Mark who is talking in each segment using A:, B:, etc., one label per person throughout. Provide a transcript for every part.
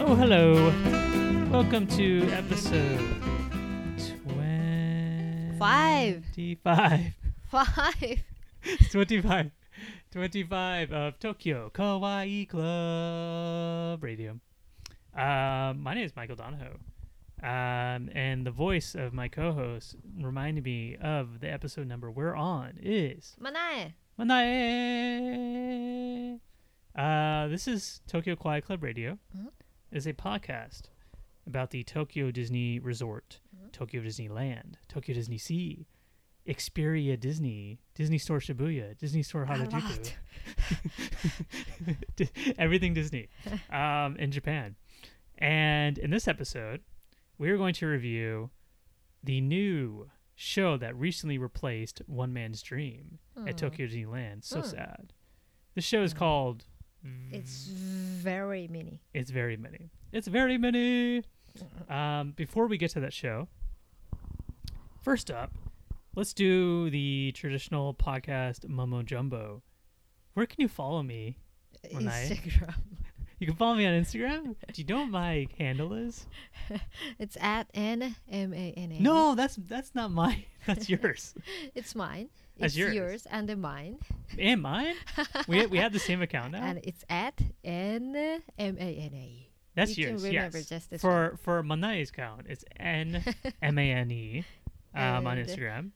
A: Oh, hello. Welcome to episode 25.
B: Five.
A: 25.
B: Five.
A: 25. 25 of Tokyo Kawaii Club Radio. Uh, my name is Michael Donahoe. Um, and the voice of my co host reminded me of the episode number we're on is
B: Manae.
A: eh, Manae. eh, Uh, this is Tokyo Quiet Club Radio.
B: Mhm.
A: It's a podcast about the Tokyo Disney Resort, Tokyo Disneyland, Tokyo Disney Sea, Xperia Disney, Disney Store Shibuya, Disney Store
B: A
A: Harajuku,
B: lot.
A: Di- everything Disney um, in Japan. And in this episode, we are going to review the new show that recently replaced One Man's Dream at Tokyo Disneyland. So
B: Hmm.
A: sad. The show is called
B: It's very mini.
A: It's Very Many. It's Very Many. Um, before we get to that show, first up, let's do the traditional podcast Momo Jumbo. Where can you follow me? Manae.
B: Instagram.
A: You can follow me on Instagram. Do you know what my handle is?
B: It's at N M A N A.
A: No, that's that's not mine. That's yours
B: It's mine.
A: That's
B: It's
A: yours.
B: yours. and then mine.
A: and mine. We we have the same account now.
B: And it's at N M A N A.
A: That's
B: you can
A: yours.
B: remember
A: yes.
B: just this
A: for for Manae's count, it's N M A N E um, on
B: And
A: Instagram.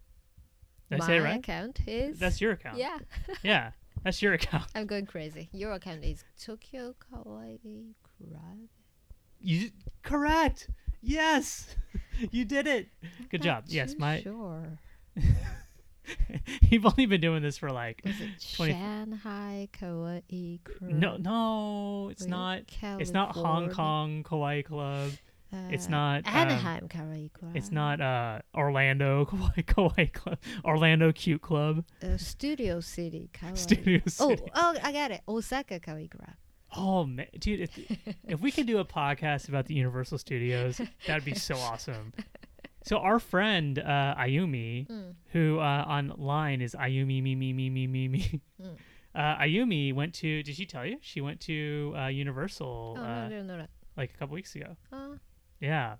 A: Did I
B: My
A: say it right?
B: account is.
A: That's your account.
B: Yeah.
A: Yeah, That's your account.
B: I'm going crazy. Your account is Tokyo Kawaii Club.
A: You correct. Yes. You did it. Good
B: Not
A: job. Yes,
B: too
A: my
B: Sure.
A: You've only been doing this for like
B: Is it
A: 20
B: Shanghai Kawaii Club?
A: no no, it's
B: Wait,
A: not it's not Hong
B: California.
A: Kong Kawaii Club. It's
B: Uh,
A: not, um,
B: Anaheim Kawaii Club.
A: It's not uh Orlando Kawaii, Kawaii Club. Orlando Cute Club.
B: uh, Studio City Kawaii.
A: Studio
B: Oh,
A: City.
B: oh, I got it. Osaka Kawaii Club.
A: Oh man, dude, if, if we could do a podcast about the Universal Studios, that'd be so awesome. So our friend uh, Ayumi,
B: Mm.
A: who uh, online is Ayumi me me me me me me.
B: Mm.
A: Uh, Ayumi went to. Did she tell you she went to uh, Universal
B: Oh
A: uh,
B: no, no, no, no.
A: like a couple weeks ago?
B: Oh,
A: Yeah,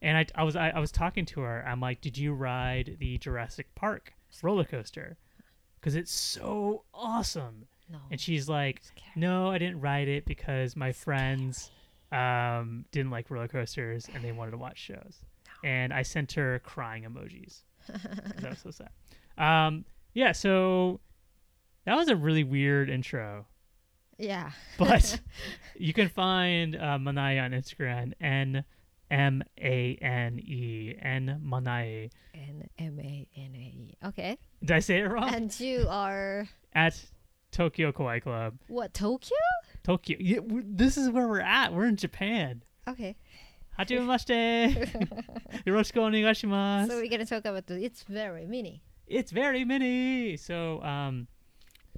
A: and I, I was I, I was talking to her. I'm like, did you ride the Jurassic Park roller coaster? Because it's so awesome.
B: no.
A: And she's like,
B: Scary.
A: no, I didn't ride it because my friends um, didn't like roller coasters and they wanted to watch shows. And I sent her crying emojis. 'cause that was so sad. Um, yeah, so that was a really weird intro.
B: Yeah.
A: But you can find uh, Manai on Instagram, N M A N E, N Manai.
B: N M A N A E. Okay.
A: Did I say it wrong?
B: And you are
A: At Tokyo Kawaii Club.
B: what? Tokyo?
A: Tokyo. Yeah, w- this is where we're at. We're in Japan.
B: Okay.
A: Hajimemashite. Yoroshiku onegaishimasu.
B: So we're gonna talk about the. It's very mini.
A: it's very mini. So, um,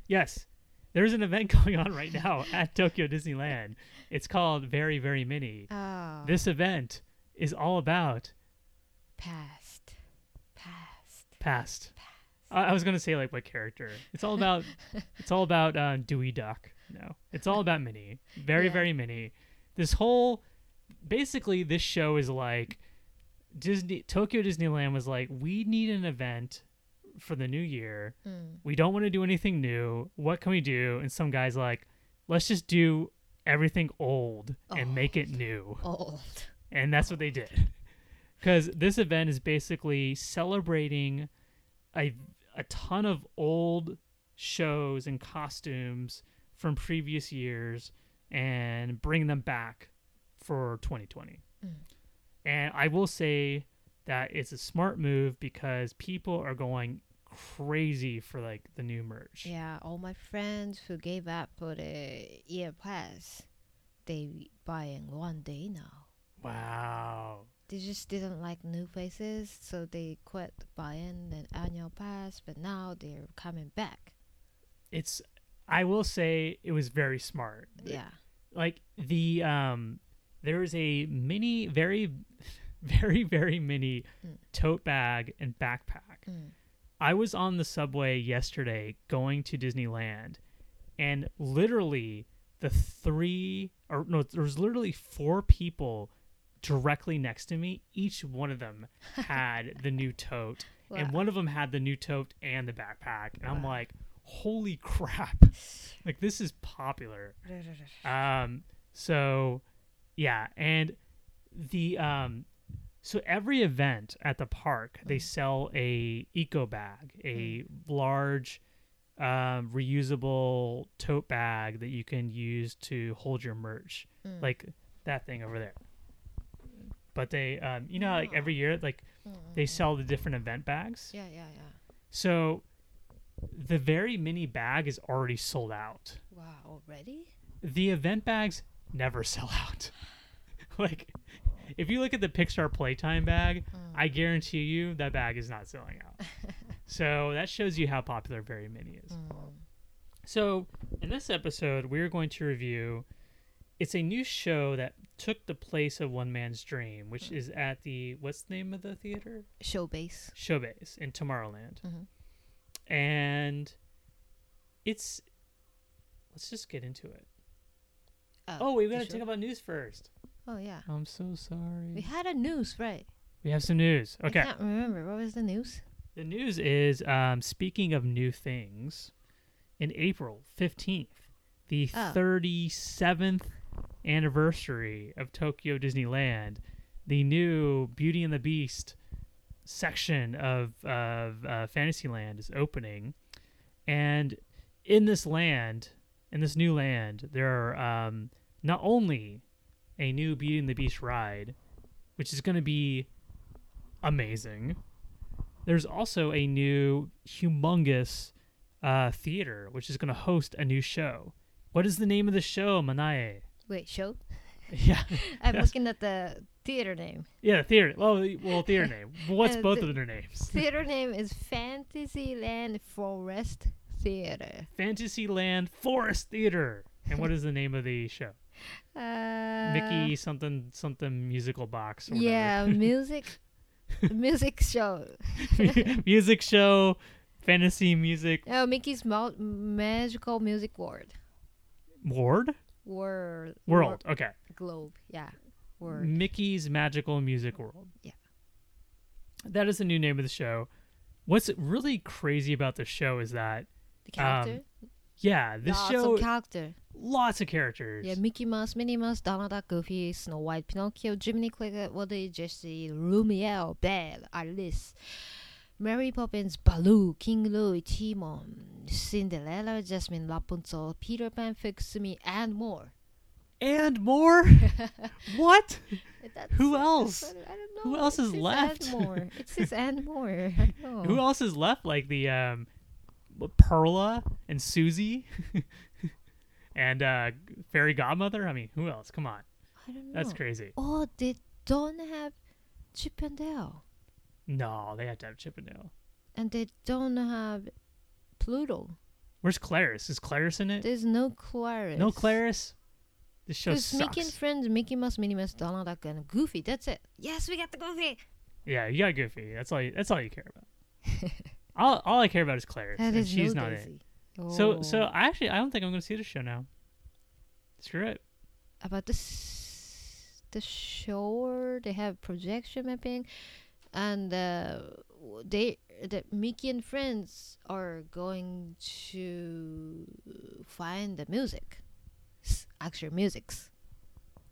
A: yes, there's an event going on right now at Tokyo Disneyland. It's called Very Very Mini.
B: Oh.
A: This event is all about
B: past. Past.
A: past. I, I was gonna say like what character. It's all about. it's all about uh, Dewey Duck. No, it's all about Minnie. Very
B: Yeah.
A: very Minnie. This whole, basically, this show is like Disney Tokyo Disneyland was like we need an event for the new year.
B: Mm.
A: We don't want to do anything new. What can we do? And some guys like, let's just do everything old and make
B: Oh.
A: it new.
B: Old.
A: And that's what they did. Because this event is basically celebrating a, a ton of old shows and costumes from previous years and bring them back for 2020.
B: Mm.
A: And I will say that it's a smart move because people are going crazy for like the new merch.
B: Yeah, all my friends who gave up for the year pass, they buying one day now.
A: Wow.
B: They just didn't like new faces, so they quit buying the annual pass. But now they're coming back.
A: It's I will say it was very smart.
B: Yeah,
A: like the um there is a mini very very very mini
B: Mm.
A: tote bag and backpack
B: Mm.
A: i was on the subway yesterday going to disneyland and literally the three or no, there was literally four people directly next to me. Each one of them had the new tote, and
B: Wow.
A: one of them had the new tote and the backpack. And I'm
B: Wow.
A: like, holy crap! Like this is popular. Um, so yeah, and the um, so every event at the park
B: Mm.
A: they sell a eco bag, a large um, reusable tote bag that you can use to hold your merch,
B: Mm.
A: like that thing over there. But they, um, you know, like every year, like they sell the different event bags.
B: Oh. Mm. Yeah, yeah, yeah.
A: So the very mini bag is already sold out
B: Wow, already?
A: the event bags never sell out. like, if you look at the Pixar Playtime bag, I guarantee you that bag is not selling out. so that shows you how popular Very Mini
B: Mm.
A: is. So in this episode, we're going to review. It's a new show that took the place of One Man's Dream, which is at the what's the name of the theater?
B: Showbase.
A: Showbase in Tomorrowland,
B: Mhm.
A: and it's. Let's just get into it.
B: Uh,
A: Oh, we
B: the
A: gotta
B: show-
A: talk about news first.
B: Oh yeah,
A: I'm so
B: we
A: sorry.
B: had a news right.
A: We have some news.
B: I
A: Okay.
B: can't remember what was the news.
A: The news is um, speaking of new things, in April 15th, the
B: Oh.
A: 37th anniversary of Tokyo Disneyland, the new Beauty and the Beast section of, of uh, Fantasyland is opening. And in this land, in this new land, there are um, not only a new Beauty and the Beast ride, which is going to be amazing. There's also a new humongous uh, theater, which is going to host a new show. What is the name of the show, Manae?
B: Wait, show?
A: Yeah,
B: I'm
A: Yes.
B: looking at the theater name.
A: yeah, theater. Well, the- well, theater name. What's
B: Uh,
A: both
B: the-
A: of their names?
B: theater name is Fantasyland Forest Theater.
A: Fantasyland Forest Theater. And what is the name of the show?
B: Uh,
A: Mickey something something musical box. Or
B: Yeah, music, music show.
A: whatever. music show, fantasy music
B: Oh, Mickey's Mo- Magical Music World.
A: ward
B: World.
A: world. Mm. Okay,
B: Globe. Yeah. World.
A: Mickey's Magical Music World.
B: Yeah.
A: That is the new name of the show. What's really crazy about the show is that
B: The character.
A: yeah, Um, this
B: Lots
A: show
B: Of character.
A: lots of characters.
B: Yeah, Mickey Mouse, Minnie Mouse, Donald Duck, Goofy, Snow White, Pinocchio, Jiminy Cricket, Woody, Jesse, Lumiere, Belle, Alice, Mary Poppins, Baloo, King Louie, Timon, Cinderella, Jasmine, Rapunzel, Peter Pan, Fix Me, and more.
A: and more. what?
B: That's-
A: Who
B: that's
A: else?
B: what- I don't know.
A: Who else
B: It
A: is
B: says
A: left?
B: And more. It says and more. I don't know.
A: Who else is left? Like the um, Perla and Susie, and uh, Fairy Godmother. I mean, who else? Come on,
B: I don't know.
A: that's crazy.
B: Oh, they don't have Chip and Dale,
A: No, they have to have Chip and Dale.
B: and they don't have Pluto.
A: Where's Clarice? Is Clarice in it?
B: There's no Clarice.
A: No Clarice. This show
B: Because
A: sucks.
B: Mickey and Friends, Mickey Mouse, Minnie Mouse, Donald Duck, and Goofy. That's it. Yes, we got the Goofy.
A: yeah, you got Goofy. That's all. You, that's all you care about. all, all I care about is Clarice,
B: That
A: and
B: is
A: she's
B: no
A: not in it.
B: Daisy.
A: So, so
B: Oh.
A: I actually, I don't think I'm going to see this show now. Screw it.
B: about this, the shore, they have projection mapping, and uh, w- they the Mickey and Friends are going to find the music, s- actual musics.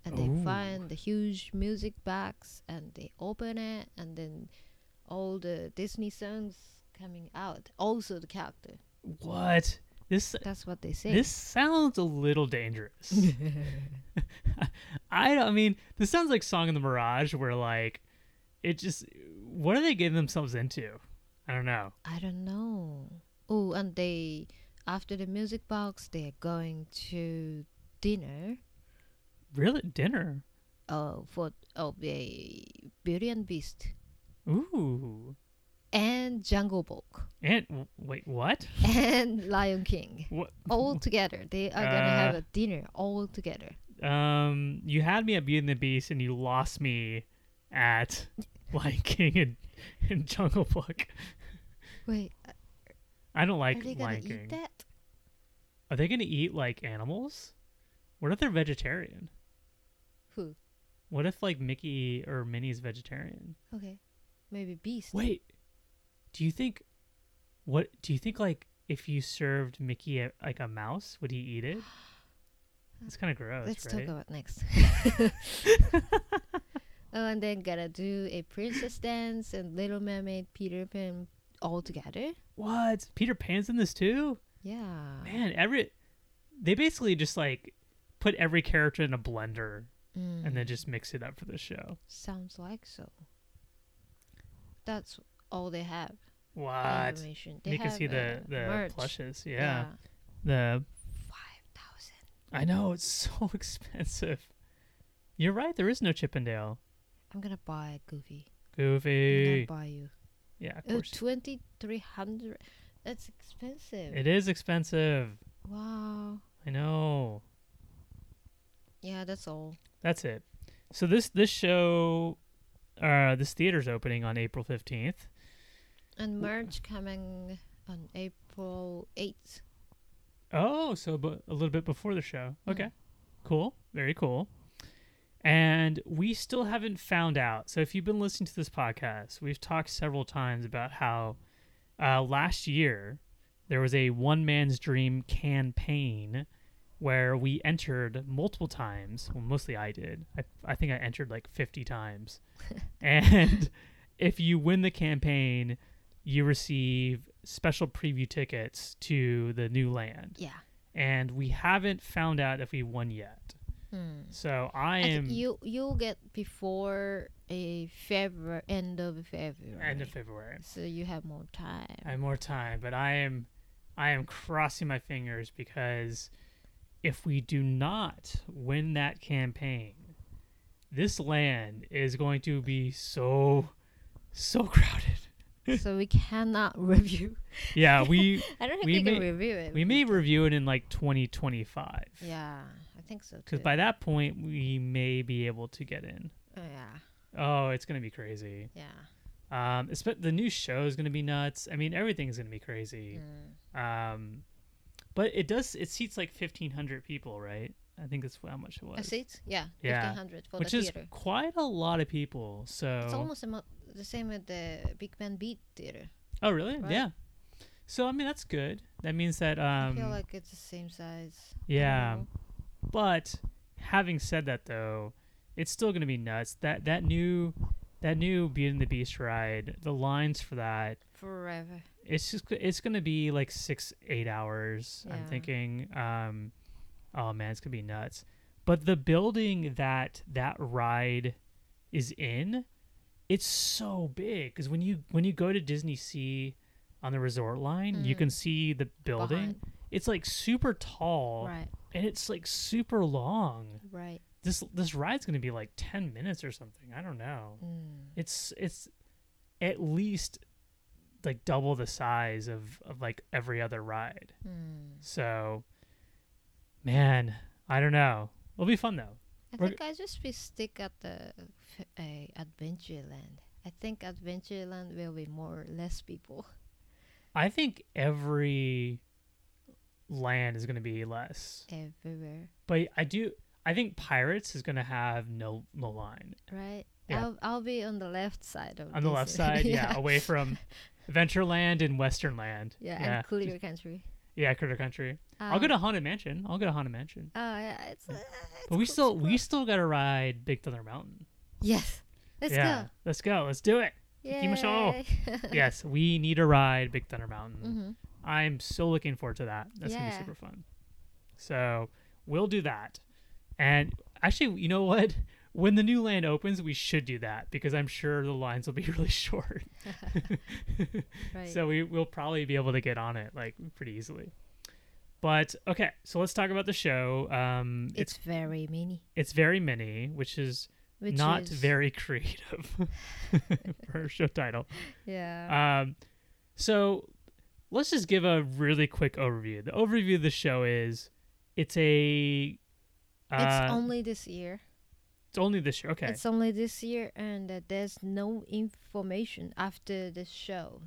B: And they
A: Ooh.
B: find the huge music box and they open it, and then all the Disney songs coming out. Also, the character.
A: What? This
B: That's what they say.
A: This sounds a little dangerous. I don't, I mean, this sounds like Song in the Mirage, where like, it just, what are they getting themselves into? I don't know.
B: I don't know. Oh, and they after the music box, they're going to dinner.
A: Really, dinner.
B: Oh, for oh the Beauty and Beast
A: Ooh,
B: and Jungle Book
A: and w- wait, what?
B: and Lion King
A: What?
B: all together. They are gonna
A: Uh.
B: have a dinner all together.
A: Um, you had me at Beauty and the Beast, and you lost me at Lion King and, and Jungle Book.
B: Wait,
A: I don't
B: are
A: like
B: they gonna
A: Lion
B: eat
A: King.
B: that?
A: Are they gonna eat like animals? What if they're vegetarian?
B: Who?
A: What if like Mickey or Minnie's vegetarian?
B: Okay. Maybe Beast.
A: Wait, do you think? What do you think? Like, if you served Mickey a, like a mouse, would he eat it? It's kind of gross,
B: Let's
A: right?
B: talk about next. oh, and then gotta do a princess dance and Little Mermaid, Peter Pan all together.
A: what? Peter Pan's in this too?
B: Yeah.
A: Man, every they basically just like put every character in a blender
B: Mm,
A: and then just mix it up for the show.
B: sounds like so. That's all they have.
A: What?
B: information. They
A: Uh, You can
B: have,
A: see the
B: uh,
A: the
B: merch.
A: plushes. Yeah. The
B: Five thousand.
A: I know it's so expensive. You're right. There is no Chippendale.
B: I'm gonna buy Goofy. I'm gonna
A: Goofy.
B: buy you.
A: Yeah, of
B: Oh,
A: course.
B: twenty three hundred. That's expensive.
A: It is expensive.
B: wow.
A: I know.
B: Yeah, that's all.
A: That's it. So this this show, uh, this theater's opening on April fifteenth.
B: And merch coming on April eighth.
A: Oh, so bu- a little bit before the show. Okay. Cool. Very cool. And we still haven't found out. So if you've been listening to this podcast, we've talked several times about how uh, last year there was a one man's dream campaign where we entered multiple times. Well, mostly I did. I, I think I entered like 50 times. and if you win the campaign, you receive special preview tickets to the new land
B: Yeah.
A: and we haven't found out if we won yet.
B: Hmm.
A: So
B: I
A: I am
B: think you you'll get before a February end of February.
A: end of February.
B: So you have more time.
A: I have more time, but I am I am crossing my fingers because if we do not win that campaign, this land is going to be so so crowded.
B: so we cannot review.
A: Yeah, we
B: I don't think
A: We
B: we, can
A: may-
B: review it.
A: we may review it in like 2025.
B: Yeah, I think so too.
A: Cuz by that point we may be able to get in.
B: oh, yeah,
A: Oh, it's going to be crazy.
B: yeah.
A: Um, it's, but the new show is going to be nuts. I mean, everything's going to be crazy.
B: Mm.
A: Um, but it does it seats like fifteen hundred people, right? I think that's how much it
B: A
A: was,
B: seat? Oh, Yeah.
A: Yeah.
B: Fifteen hundred for
A: which
B: the
A: is
B: theater.
A: quite a lot of people. So
B: It's almost amo- the same with the Big Ben Beat theater.
A: oh really?
B: right?
A: Yeah. So I mean that's good. That means that um
B: I feel like it's the same size. I don't
A: yeah.
B: know.
A: But having said that though, it's still going to be nuts. That that new that new Beauty and the Beast ride, the lines for that
B: Forever.
A: it's just it's gonna be like six eight hours i'm
B: Yeah.
A: thinking um oh man it's gonna be nuts but the building that that ride is in it's so big because when you when you go to disney sea on the resort line you
B: Mm.
A: can see the building
B: Behind.
A: it's like super tall
B: Right.
A: and it's like super long
B: Right.
A: this this ride's gonna be like 10 minutes or something i don't know
B: Mm.
A: it's it's at least like double the size of, of like every other ride
B: Mm.
A: so man i don't know it'll be fun though
B: I
A: We're-
B: think I just be stick at the f- uh, Adventureland. I think Adventureland will be more less people.
A: i think every land is going to be less
B: everywhere,
A: but i do i think pirates is going to have no no line
B: right?
A: Yeah.
B: I'll, I'll be on the left side of
A: on the
B: this.
A: left side yeah, away from ventureland and western land
B: yeah,
A: yeah,
B: and clear country.
A: yeah critter country i'll go
B: Um,
A: to haunted mansion i'll go to haunted mansion
B: Oh yeah, it's. Uh,
A: but we
B: it's
A: still we
B: close.
A: still got to ride big thunder mountain
B: yes. Let's
A: yeah,
B: go.
A: Let's go. Let's do it. Ikimashou. yes, we need a ride, Big Thunder Mountain.
B: mm-hmm.
A: I'm so looking forward to that. That's gonna
B: Yeah.
A: be super fun. So we'll do that. And actually, you know what? When the new land opens, we should do that because I'm sure the lines will be really short.
B: Right.
A: So we will probably be able to get on it like pretty easily. But okay, so let's talk about the show. Um,
B: it's
A: it's
B: very mini,
A: it's very mini, which is
B: which
A: not
B: is,
A: very creative for a show title.
B: Yeah.
A: Um, so let's just give a really quick overview. The overview of the show is it's a. Uh,
B: it's only this year.
A: it's only this year. Okay.
B: It's only this year, and uh, there's no information after the show.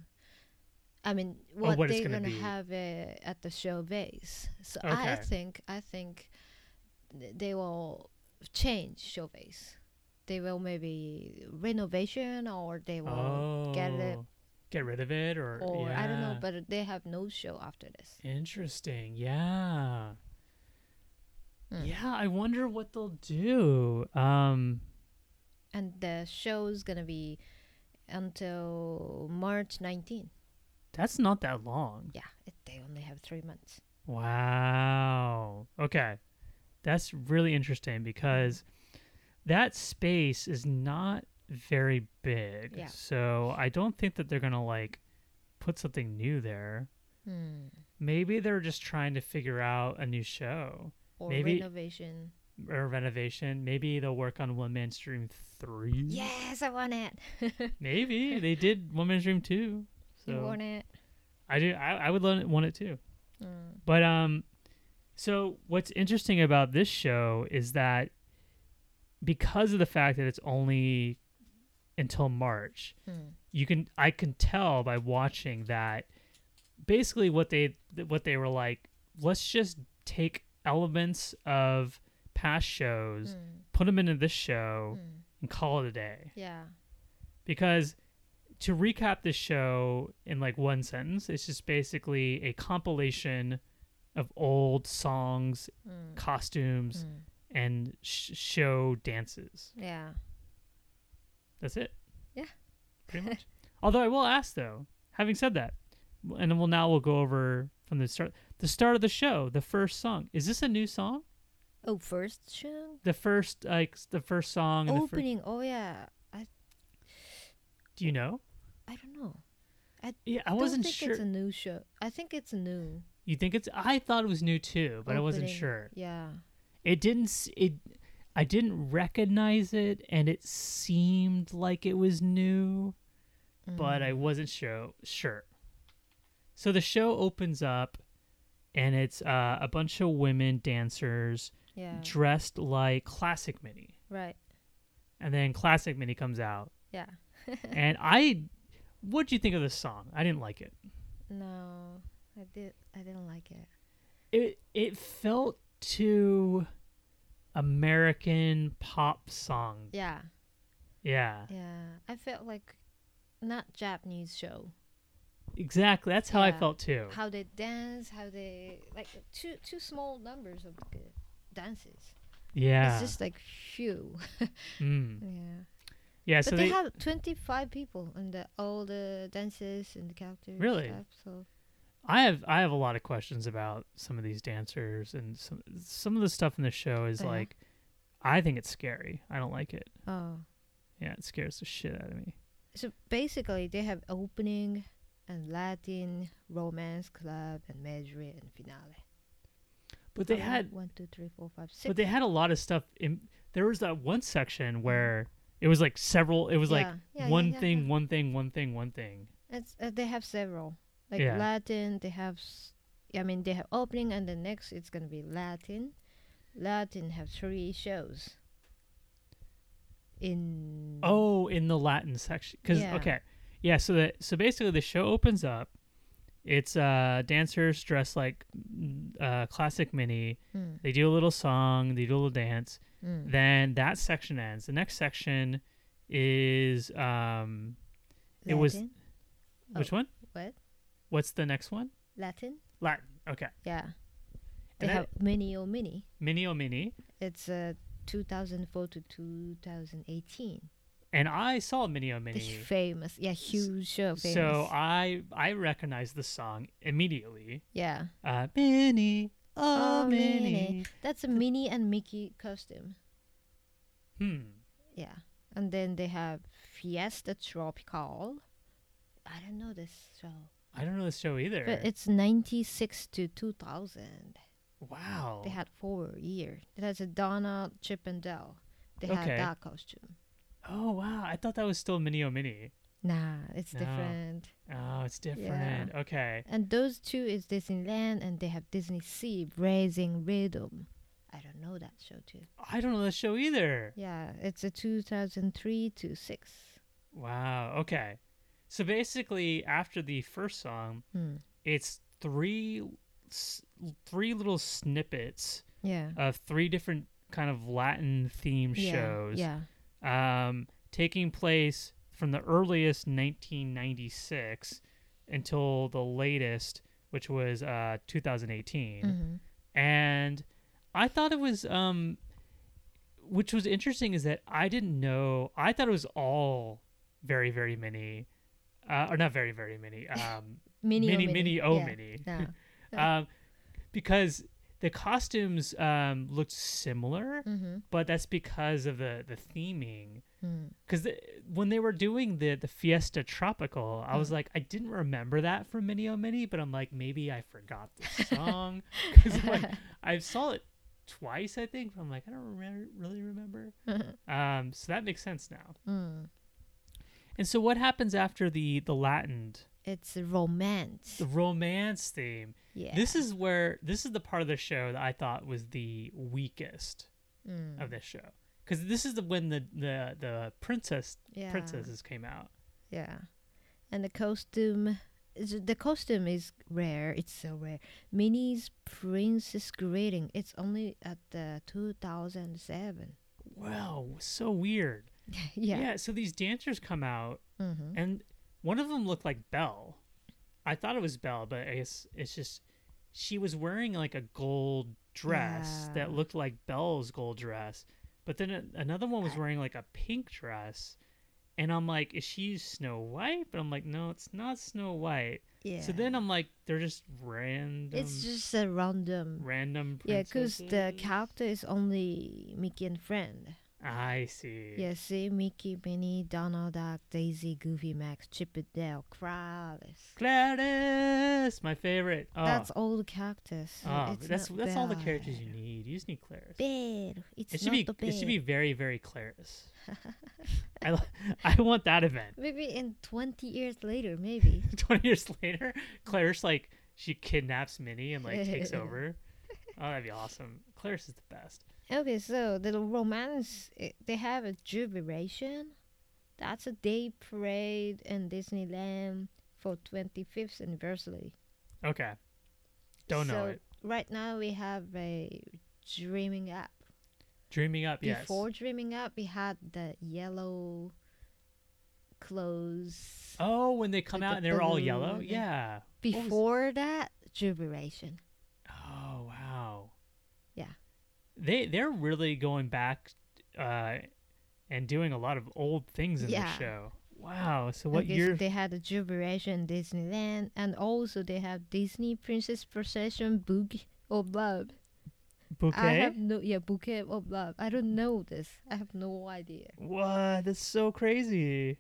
B: I mean, what,
A: Oh, what it's
B: they're
A: gonna
B: gonna,
A: be.
B: have uh, at the show base. So I
A: Okay.
B: think I think th- they will change showbase. They will maybe renovation or they will
A: oh,
B: get it
A: get rid of it, or
B: or I don't know,
A: Oh, yeah.
B: but they have no show after this.
A: Interesting. Yeah.
B: Mm.
A: Yeah, I wonder what they'll do. Um
B: And the show's gonna be until March 19.
A: that's not that long.
B: Yeah, it, they only have three months.
A: Wow. Okay. That's really interesting because that space is not very big.
B: Yeah.
A: So I don't think that they're going to like put something new there.
B: Hmm.
A: Maybe they're just trying to figure out a new show
B: Or
A: Maybe-
B: renovation.
A: or renovation. Maybe they'll work on One Man's Dream 3.
B: Yes, I want it.
A: Maybe they did One Man's Dream 2. So
B: You want it?
A: I do I, I would lo- want it too.
B: Mm.
A: But um so what's interesting about this show is that because of the fact that it's only until March,
B: Hmm.
A: you can I can tell by watching that basically what they what they were like, let's just take elements of past shows,
B: Mm.
A: put them into this show
B: Mm.
A: and call it a day.
B: Yeah.
A: Because to recap this show in like one sentence, it's just basically a compilation of old songs
B: Mm.
A: costumes
B: Mm.
A: and sh- show dances.
B: Yeah.
A: That's it.
B: Yeah.
A: Pretty much. Although I will ask though, having said that, w- and then we'll now we'll go over from the start the start of the show, the first song. Is this a new song?
B: Oh, first show?
A: The first like s- the first song and the first,
B: Opening. Oh, yeah. I
A: Do you know?
B: I don't know.
A: Yeah, I
B: I
A: wasn't
B: think
A: sure.
B: it's a new show. I think it's new.
A: you think it's I thought it was new too, but I wasn't
B: opening.
A: sure.
B: Yeah.
A: It didn't s- it I didn't recognize it and it seemed like it was new. but I wasn't sure. Sure. So the show opens up, and it's uh, a bunch of women dancers
B: Yeah.
A: dressed like classic mini,
B: right.
A: and then classic mini comes out,
B: Yeah.
A: and I, what do you think of this song? I didn't like it.
B: No, I did. I didn't like it.
A: It it felt too American pop song.
B: Yeah.
A: Yeah,
B: Yeah. I felt like not Japanese show.
A: exactly. That's how I
B: Yeah.
A: felt too.
B: How they dance, how they like two two small numbers of uh, dances.
A: Yeah.
B: It's just like phew.
A: Mm.
B: Yeah.
A: Yeah.
B: But
A: so
B: they,
A: they,
B: have 25 people and the, all the dances and the characters.
A: Really?
B: and stuff, so
A: I have I have a lot of questions about some of these dancers and some some of the stuff in the show is
B: Uh-huh.
A: like I think it's scary. I don't like it.
B: oh.
A: Yeah, it scares the shit out of me.
B: So basically, they have opening and Latin romance club and major and finale.
A: But they
B: Oh,
A: had
B: one, two, three, four, five, six.
A: but they had a lot of stuff in there was that one section where it was like several it was like
B: Mm-hmm. Yeah, yeah, yeah,
A: one
B: yeah,
A: thing,
B: yeah.
A: one thing, one thing, one thing.
B: It's, uh, they have several. Like
A: Yeah.
B: Latin, they have. s- I mean, they have opening, and the next it's gonna be Latin. Latin have three shows. In
A: Oh, in the Latin section cuz
B: Yeah.
A: okay. Yeah, so that so basically the show opens up. It's uh dancers dressed like mm, uh classic mini.
B: Mm,
A: They do a little song, they do a little dance.
B: mm.
A: then that section ends. The next section is um it was-
B: Latin?
A: which one?
B: Oh, what
A: What's the next one?
B: Latin?
A: Latin. Okay.
B: Yeah, they
A: that-
B: have oh, mini or mini.
A: Mini o mini.
B: It's uh, 2004 to 2018.
A: And I saw Mini o
B: It's
A: mini.
B: famous, yeah, huge show, famous.
A: So I I recognized the song immediately.
B: yeah,
A: Uh Mini o
B: Oh,
A: mini.
B: Mini. that's a Minnie and Mickey costume.
A: Hmm.
B: Yeah. And then they have Fiesta Tropical. I don't know this show.
A: I don't know this show either.
B: But it's 96 to 2000.
A: wow.
B: They had four years. That's a Donna Chip and Dale. They
A: Okay.
B: had that costume.
A: oh wow. I thought that was still Mini o mini.
B: Nah, it's
A: No.
B: different.
A: Oh, it's different. Okay.
B: And those two is Disneyland and they have Disney Sea, Raising Rhythm. I don't know that show too.
A: I don't know this show either.
B: Yeah, it's a 2003 to 6.
A: Wow. Okay. So basically after the first song,
B: Hmm.
A: it's three s- three little snippets
B: Yeah.
A: of three different kind of Latin theme
B: yeah.
A: shows
B: Yeah.
A: um, taking place from the earliest 1996 until the latest, which was uh, 2018.
B: Mhm.
A: And I thought it was, um, which was interesting, is that I didn't know, I thought it was all very, very many, uh, or not very, very many, um,
B: Mini,
A: mini,
B: oh,
A: mini, oh,
B: yeah.
A: mini.
B: Yeah.
A: um, because the costumes um, looked similar,
B: Mhm.
A: but that's because of the, the theming
B: Mm.
A: because the, when they were doing the the Fiesta Tropical, I
B: Mm-hmm.
A: was like, I didn't remember that from Mini O Mini, but I'm like, maybe I forgot the song because like, I saw it twice, I think. But I'm like, I don't remember, really remember. Um, so that makes sense now.
B: Mm.
A: And so what happens after the the Latin,
B: It's romance.
A: the romance theme?
B: Yeah.
A: This is where this is the part of the show that I thought was the weakest
B: Mm.
A: of this show because this is the, when the the the princess
B: yeah.
A: princesses came out.
B: Yeah. And the costume. is- The costume is rare. It's so rare. Minnie's princess greeting. It's only at the 2007.
A: Wow, so weird. Yeah.
B: yeah.
A: so these dancers come out,
B: hmm
A: and one of them looked like Belle. I thought it was Belle, but I guess it's just she was wearing like a gold dress that
B: Yeah.
A: looked like Belle's gold dress, but then a- another one was wearing like a pink dress. And I'm like, is she Snow White? But I'm like, no, it's not Snow White.
B: Yeah.
A: So then um, I'm like, they're just random,
B: It's just a random.
A: random.
B: Yeah, because the
A: princesses?
B: character is only Mickey and Friend.
A: I see.
B: Yeah, see Mickey, Minnie, Donald Duck, Daisy, Goofy, Max, Chip and Dale, Crowless.
A: Gladys, my favorite. Oh.
B: That's all the characters.
A: Oh,
B: It's
A: that's
B: not
A: that's all the
B: bad.
A: characters you need. You just need Claris.
B: Bad. It's
A: It
B: not
A: should be
B: the
A: it should
B: bad.
A: be very very Claris. I lo- I want that event.
B: Maybe in 20 years later, maybe.
A: Twenty years later, Claris like she kidnaps Minnie and like takes over. Oh, that'd be awesome. Claris is the best.
B: okay, so the romance, eh, they have a jubilation. That's a day parade in Disneyland for 25th anniversary.
A: Okay, don't know
B: So,
A: it.
B: Right now, we have a dreaming up.
A: Dreaming up, yes.
B: Before dreaming up, we had the yellow clothes.
A: Oh, when they come
B: With
A: out
B: the
A: and they're all
B: balloon
A: yellow.
B: and-
A: Yeah. What was-
B: Before that, jubilation.
A: Oh wow.
B: Yeah.
A: They they're really going back uh and doing a lot of old things in
B: Yeah.
A: the show. Wow. So what
B: okay, so
A: year
B: they had a jubilation in Disneyland, and also they have Disney Princess Procession Bouquet of Love. I
A: bouquet?
B: have no yeah Bouquet of Love. I don't know this. I have no idea.
A: What? That's so crazy.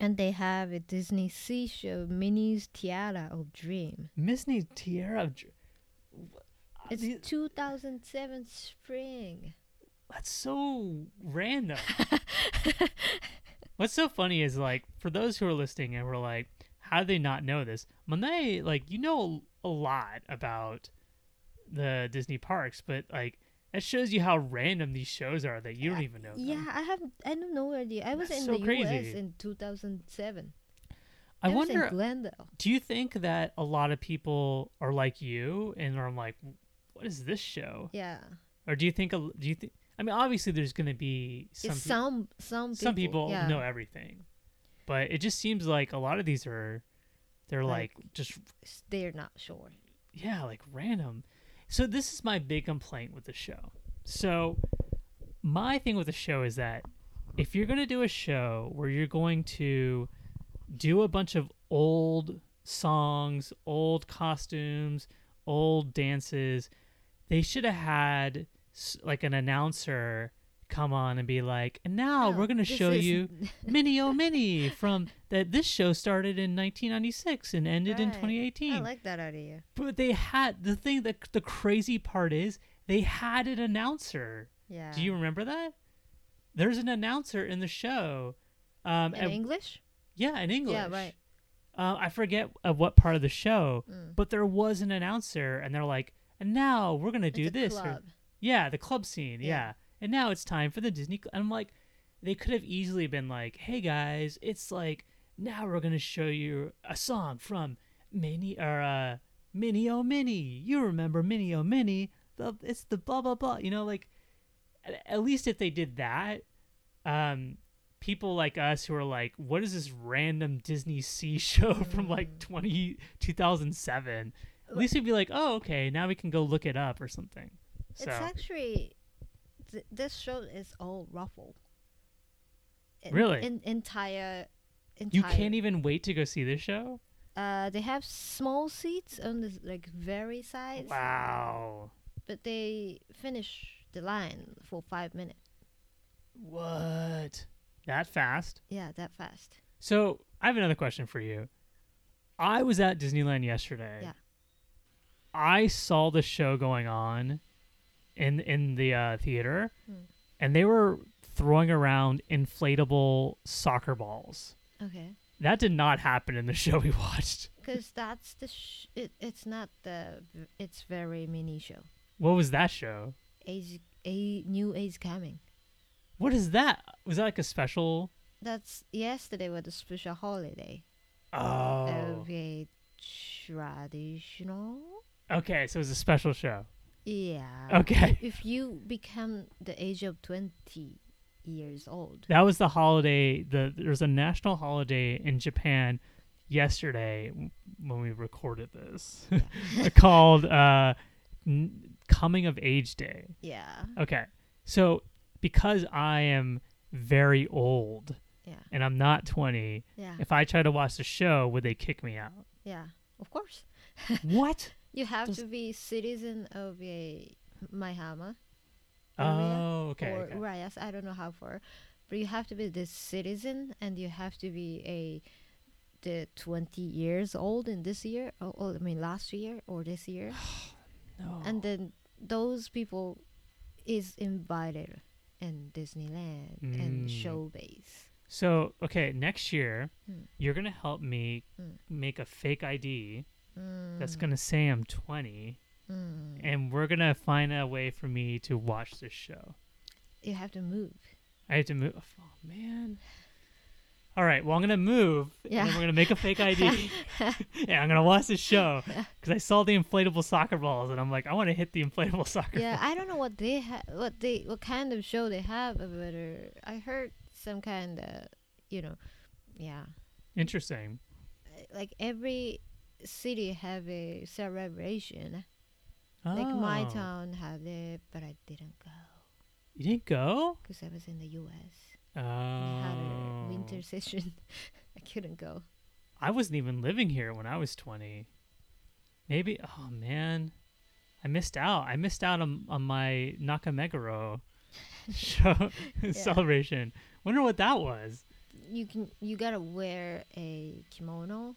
B: And they have a Disney Sea Show Minnie's Tiara of Dream.
A: Misney Tierra of Dr- Wha-
B: It's
A: these-
B: 2007 spring.
A: that's so random. What's so funny is like for those who are listening and were like, how do they not know this? Monet, like you know a lot about the Disney parks, but like that shows you how random these shows are that you don't even know. Them.
B: Yeah, I have. I don't know idea. I was
A: That's
B: in
A: so
B: the U.S.
A: crazy.
B: in 2007.
A: I
B: was
A: wonder.
B: in Glendale.
A: do you think that a lot of people are like you and are like, what is this show?
B: Yeah,
A: Or do you think? a- Do you think? I mean, obviously, there's going to be some
B: it's
A: peop-
B: some some people,
A: some people
B: yeah.
A: know everything, but it just seems like a lot of these are they're like,
B: Like-
A: just
B: s- they're not sure.
A: yeah, like random. So this is my big complaint with the show. So my thing with the show is that if you're going to do a show where you're going to do a bunch of old songs, old costumes, old dances, they should have had s- like an announcer come on and be like, "And now
B: No,
A: Oh, we're going
B: this
A: to show
B: is-
A: you Mini O Mini from that this show started in 1996 and ended in
B: Right.
A: 2018."
B: I like that idea.
A: But they had the thing that the crazy part is they had an announcer.
B: Yeah.
A: Do you remember that? There's an announcer in the show. Um,
B: in
A: and-
B: English?
A: yeah, in English.
B: Yeah, right.
A: Uh, I forget of what part of the show,
B: Mm.
A: but there was an announcer, and they're like, and now we're gonna
B: It's
A: do
B: a
A: this. or-
B: Club.
A: yeah, the club scene. Yeah.
B: Yeah.
A: And now it's time for the Disney. Cl- and I'm like, they could have easily been like, hey guys, it's like, now we're going to show you a Oh song from Minnie or uh, Minnie O Minnie. You remember Minnie O Minnie. the it's the blah blah blah. You know, like at, at least if they did that, um, people like us who are like, what is this random Disney Sea show from like 20, 2007? At least we'd be like, oh, okay, now we can go look it up or something. So,
B: It's actually th- this show is all ruffle. En-
A: Really?
B: en- entire, entire.
A: you can't e-, even wait to go see this show?
B: Uh, they have small seats on the like very sides,
A: Wow.
B: but they finish the line for five minutes.
A: What? That fast?
B: Yeah, that fast.
A: So I have another question for you. I was at Disneyland yesterday.
B: Yeah.
A: I saw the show going on in in the uh, theater,
B: Hmm.
A: and they were throwing around inflatable soccer balls.
B: Okay,
A: That did not happen in the show we watched.
B: because that's the sh- it, It's not the. v- It's very mini show.
A: What was that show?
B: Age, a new age coming.
A: What is that? Was that like a special?
B: That's yesterday was a special holiday.
A: Oh.
B: Very traditional.
A: Oh. Okay, so it was a special show.
B: Yeah.
A: Okay.
B: If you become the age of 20 years old.
A: That was the holiday. The there's a national holiday in Japan yesterday when we recorded this called uh, N- Coming of Age Day.
B: Yeah.
A: Okay, so because I am very old
B: Yeah.
A: and I'm not 20,
B: Yeah.
A: if I try to watch the show, would they kick me out?
B: Yeah. Of course.
A: what?
B: You have
A: Does-
B: to be citizen of a Maihama
A: Oh, okay.
B: or
A: okay.
B: Urayas. I don't know how far. But you have to be the citizen and you have to be a the 20 years old in this year or, or I mean last year or this year.
A: No.
B: and then those people is invited in Disneyland and
A: Mm.
B: showbase.
A: so okay, next year
B: Mm.
A: you're gonna help me
B: Mm.
A: make a fake ID
B: Mm.
A: that's gonna say I'm 20.
B: Mm.
A: and we're gonna find a way for me to watch this show.
B: You have to move.
A: I have to move. Oh man. All right. Well, I'm gonna move. And
B: Yeah.
A: then we're gonna make a fake ID. and I'm gonna watch this show because I saw the inflatable soccer balls, and I'm like, I want to hit the inflatable soccer.
B: Yeah, I don't know what they ha- what they what kind of show they have. uh, But uh, I heard some kind of you know, yeah,
A: Interesting.
B: uh, like every city have a celebration. Like my
A: Oh.
B: town had it, but I didn't go
A: You didn't go.
B: because I was in the U.S.
A: Oh.
B: We had a winter session. I couldn't go.
A: I wasn't even living here when I was 20. Maybe. Oh man, I missed out. I missed out on, on my Nakameguro show celebration. Wonder what that was.
B: you can you gotta wear a kimono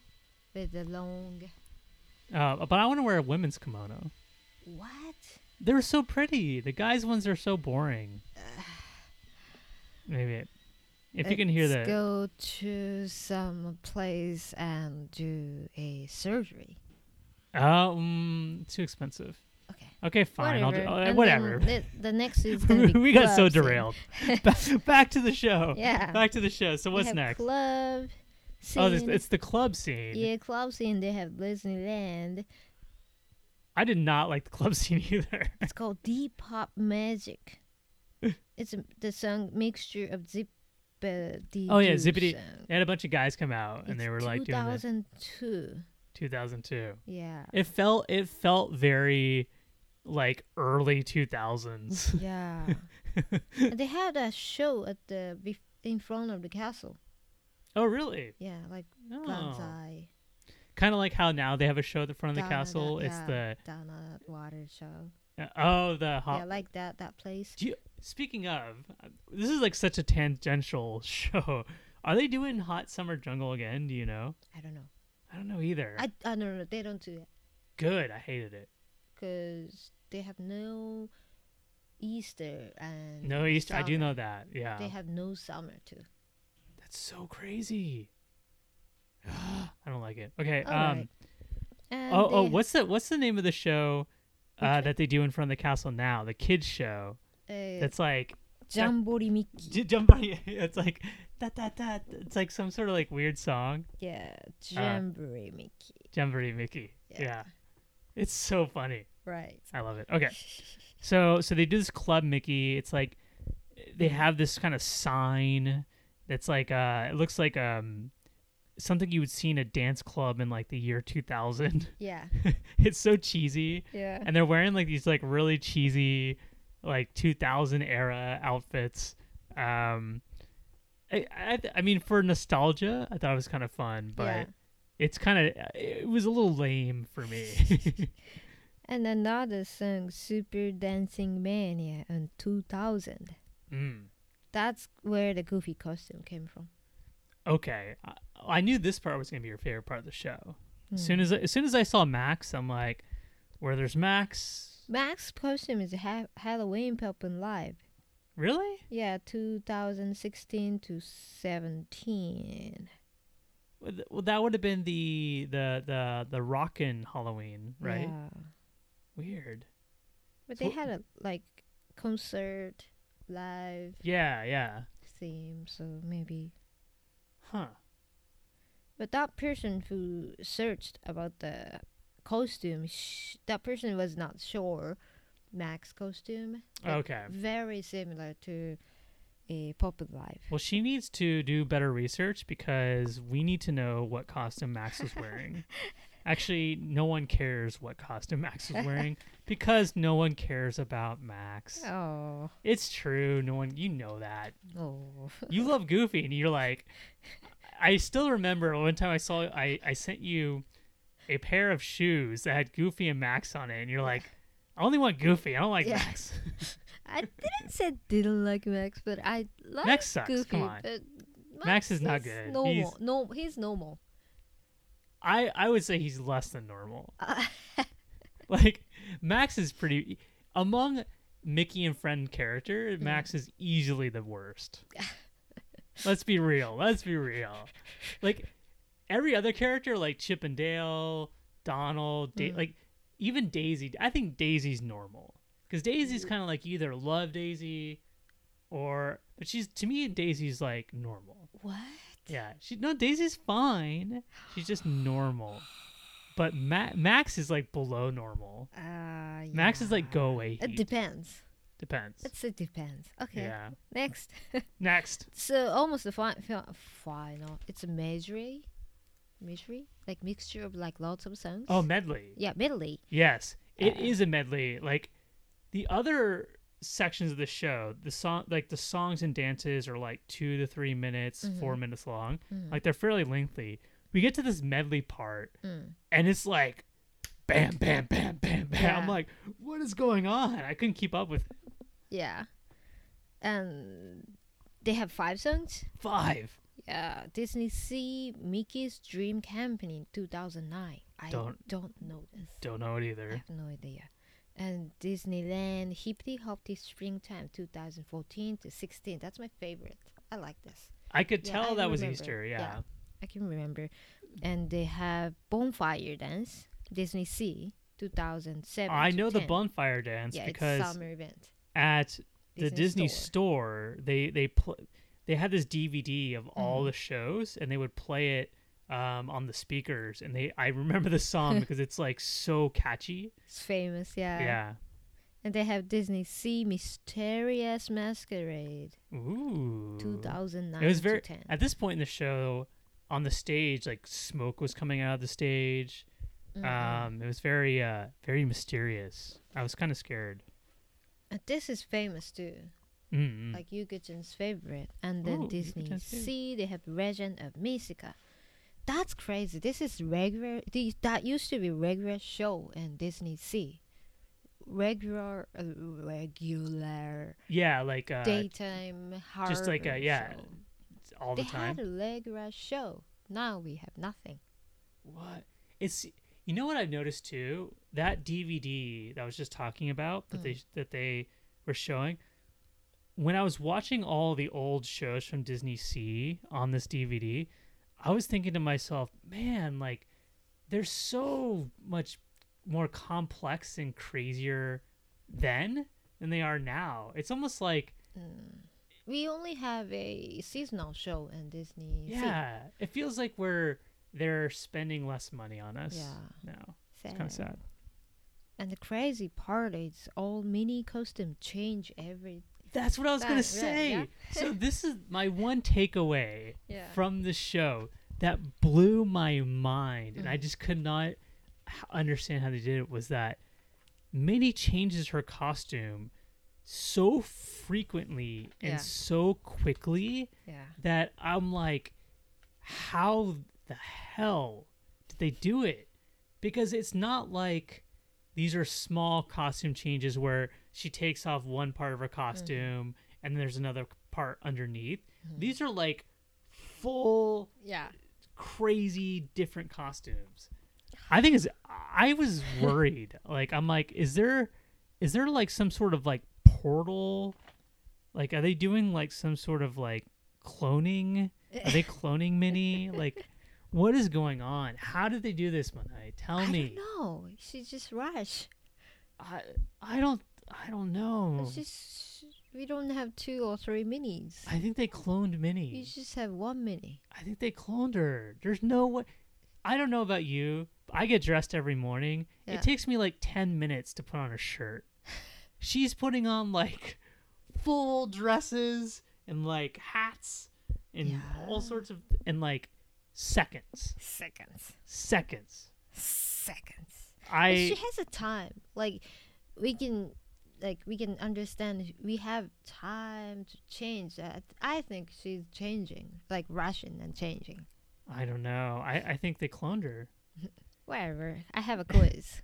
B: with a long
A: Uh, but I want to wear a women's kimono.
B: what
A: They're so pretty. The guys' ones are so boring. Maybe it- if you can hear
B: Let's
A: that.
B: go to some place and do a surgery
A: Oh, mm, too expensive.
B: okay
A: Okay, fine. I'll do,
B: whatever,
A: uh,
B: And then
A: whatever.
B: the, the next is gonna be
A: we got so
B: clubs and-
A: derailed. back, back to the show.
B: yeah
A: Back to the show. So
B: We
A: what's
B: have
A: next?
B: club scene.
A: Oh, this, it's the club scene.
B: yeah club scene they have disneyland
A: I did not like the club scene either.
B: it's called deep pop magic it's a, the song mixture of zip uh,
A: Oh, yeah, zippity- They had a bunch of guys come out and they were like doing this.
B: 2002.
A: 2002.
B: Yeah.
A: It felt it felt very like early 2000s.
B: Yeah. they had a show at the bef- in front of the castle.
A: Oh really?
B: Yeah, like
A: Oh. No.
B: Banzai.
A: Kind of like how now they have a show at the front of the
B: Dana-
A: castle. It's
B: yeah,
A: the
B: Dana Water show.
A: uh, oh the hot.
B: Yeah, like that that place.
A: Do you, speaking of, uh, this is like such a tangential show. Are they doing Hot Summer Jungle again? Do you know?
B: I don't know.
A: I don't know either.
B: I I don't know. They don't do that
A: Good. I hated it.
B: because they have no Easter and
A: No Easter. I do
B: summer.
A: know that. Yeah.
B: They have no summer too.
A: That's so crazy. I don't like it. Okay.
B: All
A: um.
B: right. And
A: Oh, oh.
B: they-
A: What's the What's the name of the show uh,
B: Which-
A: that they do in front of the castle now? The kids show.
B: uh,
A: That's like
B: Jamboree Mickey.
A: j- jump on you. It's like da da da. It's like some sort of like weird song. Ah.
B: Yeah, Jamboree Mickey.
A: Jamboree Mickey. Yeah.
B: Yeah.
A: It's so funny.
B: Right.
A: I love it. Okay. So so they do this club Mickey. It's like they have this kind of sign that's like uh it looks like um something you would see in a dance club in like the year 2000.
B: Yeah.
A: it's so cheesy
B: Yeah.
A: and they're wearing like these like really cheesy like 2000 era outfits. Um I, I, I mean for nostalgia, I thought it was kind of fun, but
B: yeah.
A: it's kind of it was a little lame for me.
B: And another song, Super Dancing Mania, in 2000.
A: mm.
B: That's where the goofy costume came from.
A: okay, I, I knew this part was gonna be your favorite part of the show.
B: Hmm.
A: As soon as as soon as I saw Max, I'm like, where there's Max,
B: Max costume is ha- Halloween Poppin' Live.
A: really?
B: Yeah, 2016 to 17.
A: Well, th- well, that would have been the the the the rockin' Halloween, right?
B: Yeah.
A: Weird.
B: But
A: So-
B: they had a like concert live
A: Yeah, yeah.
B: theme, so maybe.
A: Huh.
B: But that person who searched about the costume, sh- that person was not sure Max costume. but
A: Okay.
B: Very similar to a pop and live.
A: Well, she needs to do better research because we need to know what costume Max is wearing. Actually, no one cares what costume Max is wearing because no one cares about Max.
B: Oh.
A: It's true. No one, you know that.
B: Oh.
A: you love Goofy, and you're like, I still remember one time I saw I I sent you a pair of shoes that had Goofy and Max on it, and you're like, I only want Goofy. I don't like
B: Yeah.
A: Max.
B: I didn't say didn't like Max, but I like
A: Max sucks,
B: Goofy.
A: come on.
B: But
A: Max is not good.
B: Normal.
A: He's-
B: No, he's normal.
A: I I would say he's less than normal.
B: Uh,
A: Like Max is pretty among Mickey and Friend character. Max is easily the worst. Let's be real. Let's be real. Like every other character, like Chip and Dale, Donald, da- like even Daisy. I think Daisy's normal because Daisy's kind of like you either love Daisy or, but she's to me Daisy's like normal.
B: what?
A: Yeah, she no Daisy's fine. She's just normal, but Ma- Max is like below normal.
B: Uh, yeah.
A: Max is like go away.
B: It
A: heat.
B: depends.
A: Ah, Depends.
B: It's it depends. Okay.
A: Yeah.
B: Next.
A: Next.
B: so almost the fi- fi- final. It's a measure, measure, like mixture of like lots of songs.
A: Oh, medley.
B: yeah, E. medley.
A: Yes, it
B: Yeah.
A: is a medley. Like the other sections of the show, the song, like the songs and dances, are like two to three minutes, four
B: Mm-hmm.
A: minutes long. Like they're fairly lengthy. We get to this medley part,
B: Mm.
A: and it's like, bam, bam, bam, bam, bam. I'm
B: Yeah.
A: like, what is going on? I couldn't keep up with
B: Yeah. And they have five songs.
A: five.
B: Yeah, Uh, Disney Sea, Mickey's Dream Company, 2009. I
A: Don't-
B: don't, know this.
A: Don't know it
B: I
A: either.
B: have no idea. And Disneyland, Hippity Hoppity Springtime, 2014 to 16. That's my favorite. I like this.
A: I could
B: Yeah,
A: tell
B: I
A: that was
B: remember.
A: Easter. Yeah.
B: Yeah. I can remember. And they have Bonfire Dance, Disney Sea, 2007.
A: I
B: to
A: know the
B: 10.
A: bonfire dance
B: Yeah,
A: because
B: it's summer event.
A: at the
B: Disney
A: Disney store, they they pl- they had this DVD of
B: Mm-hmm.
A: all the shows, and they would play it um, on the speakers. And they I remember the song because it's like so catchy.
B: It's famous, yeah.
A: yeah.
B: And they have Disney Sea, Mysterious Masquerade,
A: Ooh.
B: 2009
A: It was
B: to
A: very
B: 10.
A: at this point in the show, on the stage, like smoke was coming out of the stage.
B: Mm-hmm.
A: Um, it was very uh very mysterious. I was kind of scared.
B: And Uh, this is famous too,
A: Mm-mm.
B: like Yuko-chan's favorite. And then
A: Ooh,
B: Disney
A: Yuko-chan's Hmm. Oh, favorite.
B: Sea, they have Regent of Mystica. That's crazy. This is regular. These, that used to be regular show in Disney Sea. Regular, uh, regular
A: yeah, like uh,
B: daytime horror.
A: just like a- yeah,
B: show.
A: all
B: They
A: the time.
B: had a regular show. Now we have nothing.
A: What? It's you know what I've noticed too. That DVD that I was just talking about that
B: Hmm.
A: they that they were showing. When I was watching all the old shows from Disney Sea on this DVD, I was thinking to myself, man, like there's so much more complex and crazier then than they are now. It's almost like
B: We only have a seasonal show in Disney Sea.
A: yeah, it feels like we're they're spending less money on us
B: Yeah.
A: now. It's kind of
B: So-
A: sad.
B: And the crazy part is all mini costume change every
A: That's what I was
B: That-
A: gonna
B: yeah,
A: say.
B: yeah.
A: so this is my one takeaway
B: Yeah.
A: from the show that blew my mind, and
B: Mm.
A: I just could not h- understand how they did it. Was that Minnie changes her costume so frequently and
B: Yeah.
A: so quickly
B: yeah.
A: that I'm like, how the hell did they do it? Because it's not like these are small costume changes where she takes off one part of her costume and then there's another part underneath. These are like full,
B: Yeah.
A: crazy, different costumes. I think is I was worried. like I'm like, is there is there like some sort of like portal? Like are they doing like some sort of like cloning? Are they cloning Minnie? Like what is going on? How did they do this, Manai? Tell
B: I
A: me.
B: don't know. She just rush.
A: I I don't I don't know.
B: It's just we don't have two or three minis.
A: I think they cloned
B: You
A: Minnie.
B: just have one mini.
A: I think they cloned her. There's no way. I don't know about you. but I get dressed every morning.
B: Yeah.
A: It takes me like 10 minutes to put on a shirt. She's putting on like full dresses and like hats and all sorts of and like seconds.
B: Seconds.
A: Seconds.
B: Seconds. But she
A: I
B: has a time. Like we can like we can understand we have time to change that. I think she's changing. Like rushing and changing.
A: I don't know. I I think they cloned her.
B: Whatever. I have a quiz.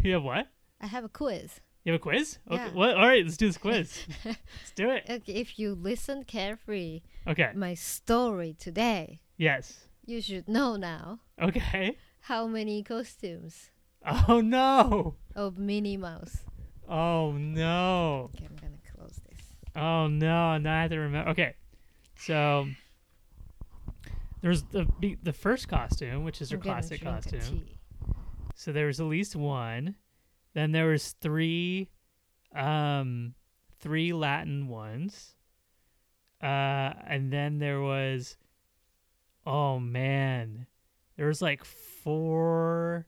A: You have what?
B: I have a quiz.
A: You have a quiz? Okay.
B: Yeah.
A: What? All right, let's do this quiz. let's do it.
B: Okay, if you listen carefully
A: Okay.
B: my story today,
A: Yes.
B: you should know now
A: Okay.
B: how many costumes
A: Oh no.
B: of Minnie Mouse.
A: Oh no.
B: Okay, I'm gonna close this.
A: Oh no, now I have to remember. Okay, so there's the be- the first costume, which is her
B: I'm gonna
A: classic
B: drink a
A: costume.
B: tea.
A: So there was at least one. Then there was three, um, three Latin ones. Uh, and then there was, oh man, there was like four.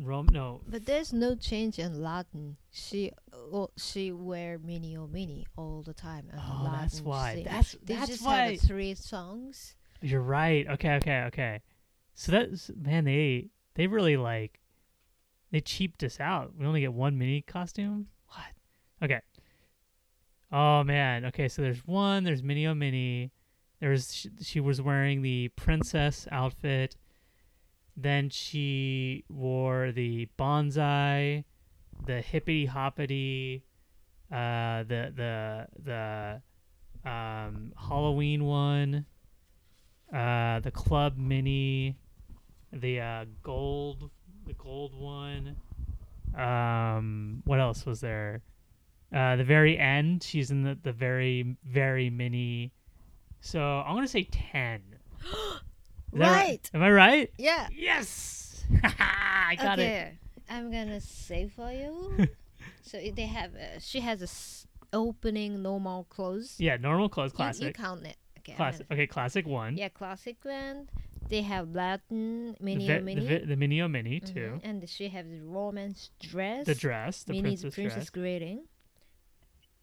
A: Rom no
B: But there's no change in Latin. She well, she wear mini or mini all the time. and
A: Oh,
B: Latin
A: that's why.
B: sing.
A: That's-
B: they
A: that's
B: just
A: why-
B: have three songs.
A: You're right. Okay, okay, okay. So that's man, they they really like they cheaped us out. We only get one mini costume. What? Okay. Oh man. Okay, so there's one. There's mini o mini. There's she, she was wearing the princess outfit. Then she wore the bonsai, the hippity hoppity, uh, the the the um, Halloween one uh, the club mini, the uh, gold, the gold one. Um, what else was there? Uh, the very end, she's in the, the very very mini. So I'm gonna say ten. Is that
B: Right.
A: Am I right?
B: Yeah.
A: Yes. I got it.
B: okay. I'm gonna say for you. so they have. A, she has a s- opening normal close.
A: Yeah, normal clothes,
B: You- You,
A: classic,
B: count it. Okay. I'm
A: classic. Okay, classic one.
B: gonna- yeah, classic one. They have Latin mini
A: the,
B: or
A: ve-
B: mini.
A: the, ve- the mini o mini
B: Mhm,
A: too.
B: And she have the romance dress.
A: The dress, the
B: Minnie's
A: princess, dress,
B: greeting.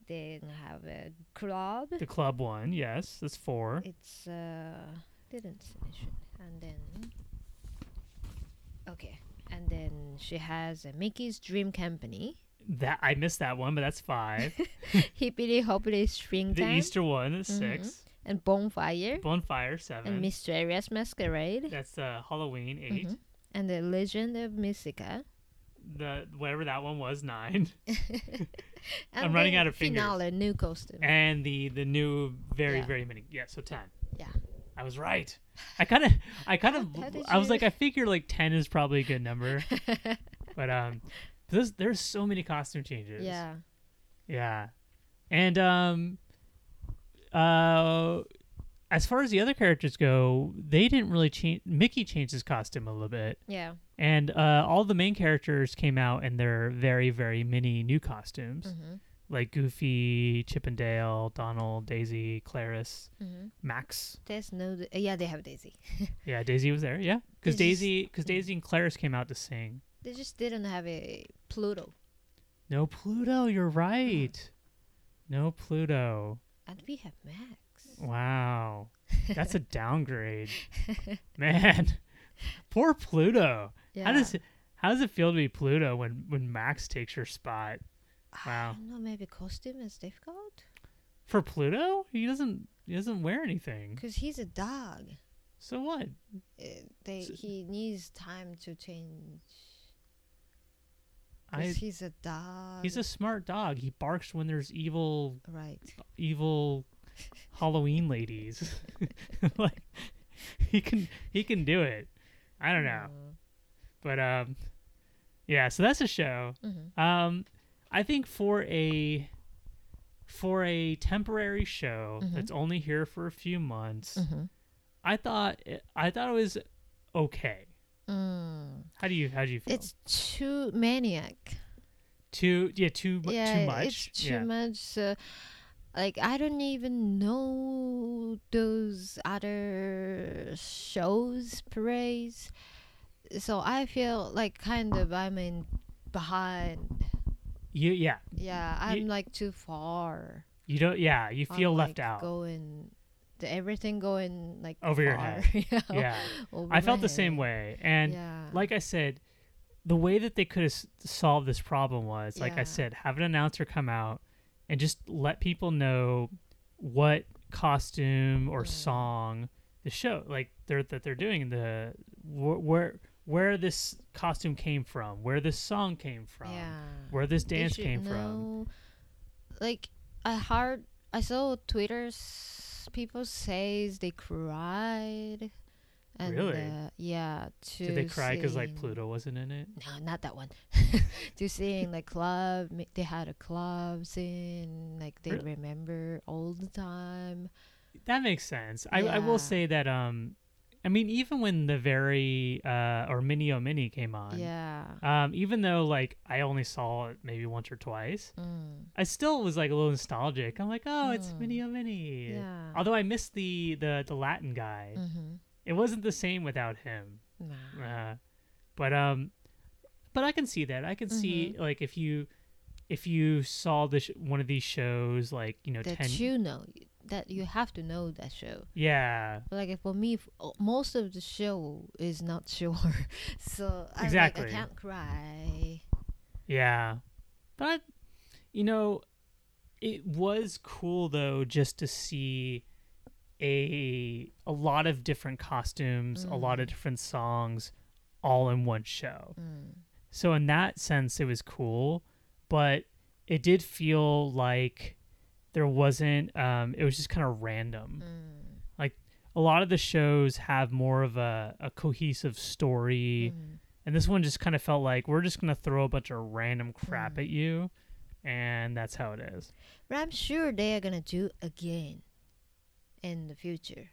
B: They have a club.
A: the club one. Yes, that's four.
B: It's uh didn't finish it. And then Okay. And then she has a Mickey's Dream Company.
A: That I missed that one, but that's five.
B: Hippity Hoppity Spring
A: The
B: Time
A: Easter one is
B: Mhm.
A: six.
B: and Bonfire
A: Bonfire seven.
B: and Mysterious Masquerade
A: That's uh, Halloween 8
B: Mhm. and the Legend of Mystica.
A: The whatever that one was nine.
B: And
A: I'm running
B: then
A: out of fingers.
B: finale, new costume.
A: And the the new very
B: Yeah.
A: very many. Yeah, so ten.
B: Yeah.
A: I was right. I kind of I kind
B: How- how
A: of
B: did
A: I was
B: you-
A: like I figure like ten is probably a good number, but um, there's there's so many costume changes.
B: yeah.
A: Yeah. And um uh as far as the other characters go, they didn't really change Mickey changed his costume a little bit.
B: Yeah.
A: And uh, all the main characters came out in their very, very mini new costumes,
B: Mhm.
A: like Goofy, Chippendale, Donald, Daisy, Clarice,
B: Mhm.
A: Max.
B: There's no da- yeah, they have Daisy.
A: Yeah, Daisy was there. Yeah, because
B: Daisy's-
A: Daisy, because Daisy and Clarice came out to sing.
B: They just didn't have a Pluto.
A: No Pluto, you're right. No Pluto.
B: And we have Max.
A: Wow. That's a downgrade. Man. Poor Pluto.
B: Yeah.
A: How does it how does it feel to be Pluto when, when Max takes your spot?
B: I
A: Wow.
B: don't know, maybe costume is difficult?
A: For Pluto? He doesn't he doesn't wear anything.
B: Because he's a dog.
A: So what?
B: Uh, they,
A: So-
B: he needs time to change.
A: I
B: 'Cause he's a dog.
A: he's a smart dog. He barks when there's evil
B: Right.
A: evil Halloween ladies. like he can he can do it. I don't know. But um yeah, so that's a show.
B: Mm-hmm.
A: Um, I think for a for a temporary show
B: Mhm.
A: that's only here for a few months,
B: Mm-hmm.
A: I thought it, I thought it was okay.
B: Mm.
A: How do you how do you feel?
B: It's too maniac.
A: too yeah too mu-
B: yeah,
A: too much.
B: it's too
A: yeah.
B: much. Uh, like I don't even know those other shows parades, so I feel like kind of I'm in behind.
A: You yeah
B: Yeah,
A: Ye-
B: I'm like too far.
A: you don't yeah you
B: I'm,
A: feel left
B: like,
A: out.
B: Going, the, everything going like
A: Over your
B: far. yeah,
A: yeah,
B: over
A: I felt
B: my
A: the same
B: head.
A: way, and
B: yeah.
A: like I said, the way that they could have s- solved this problem was, like
B: Yeah.
A: I said, have an announcer come out and just let people know what costume or
B: Mm.
A: song the show like they're that they're doing the wh- where where this costume came from, where this song came from,
B: yeah.
A: where this
B: They
A: dance
B: should
A: came from.
B: know- Like I heard, I saw Twitter's people says they cried. And,
A: Really?
B: Uh, yeah. To
A: Did they cry because like
B: seeing-
A: Pluto wasn't in it?
B: No, not that one. to seeing like club, m- they had a club scene. Like they
A: Really?
B: remember all the time.
A: That makes sense. I, I will
B: Yeah.
A: say that um, I mean even when the very uh or Mini O Mini came on,
B: Yeah.
A: Um, even though like I only saw it maybe once or twice,
B: Mm.
A: I still was like a little nostalgic. I'm like, oh, it's
B: Mm.
A: Mini O Mini.
B: Yeah.
A: Although I missed the the the Latin guy.
B: Mhm.
A: It wasn't the same without him.
B: Nah.
A: Uh, but um, but I can see that. I can see like if you if you saw this one of these shows like you know
B: that
A: ten
B: you know that you have to know that show
A: yeah
B: But, like for me f- o- most of the show is not sure so I'm
A: Exactly.
B: like, i can't cry
A: Yeah. But you know, it was cool though just to see a a lot of different costumes, a lot of different songs all in one show.
B: mm.
A: So in that sense it was cool, but it did feel like there wasn't um it was just kind of random.
B: Mm.
A: A lot of the shows have more of a, a cohesive story
B: Mm.
A: and this one just kind of felt like we're just gonna throw a bunch of random
B: Hmm.
A: crap at you, and that's how it is.
B: but i'm sure they are gonna do again in the future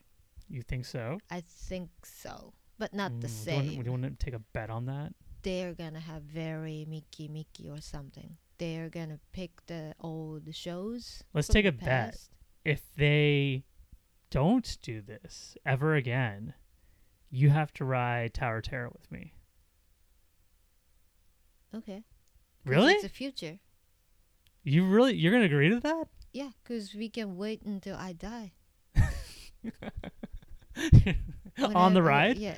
A: You think so?
B: i think so but not the
A: Mm, do you wanna-
B: same
A: Do you want to take a bet on that?
B: they're gonna have very mickey mickey or something they're gonna pick the old shows
A: Let's
B: from
A: take
B: the
A: a bet.
B: past.
A: If they don't do this ever again, you have to ride Tower Terror with me.
B: okay 'Cause
A: Really?
B: it's the future
A: You really? You're gonna agree to that?
B: yeah because we can wait until i die when
A: on
B: I-
A: the
B: when I-
A: ride?
B: Yeah,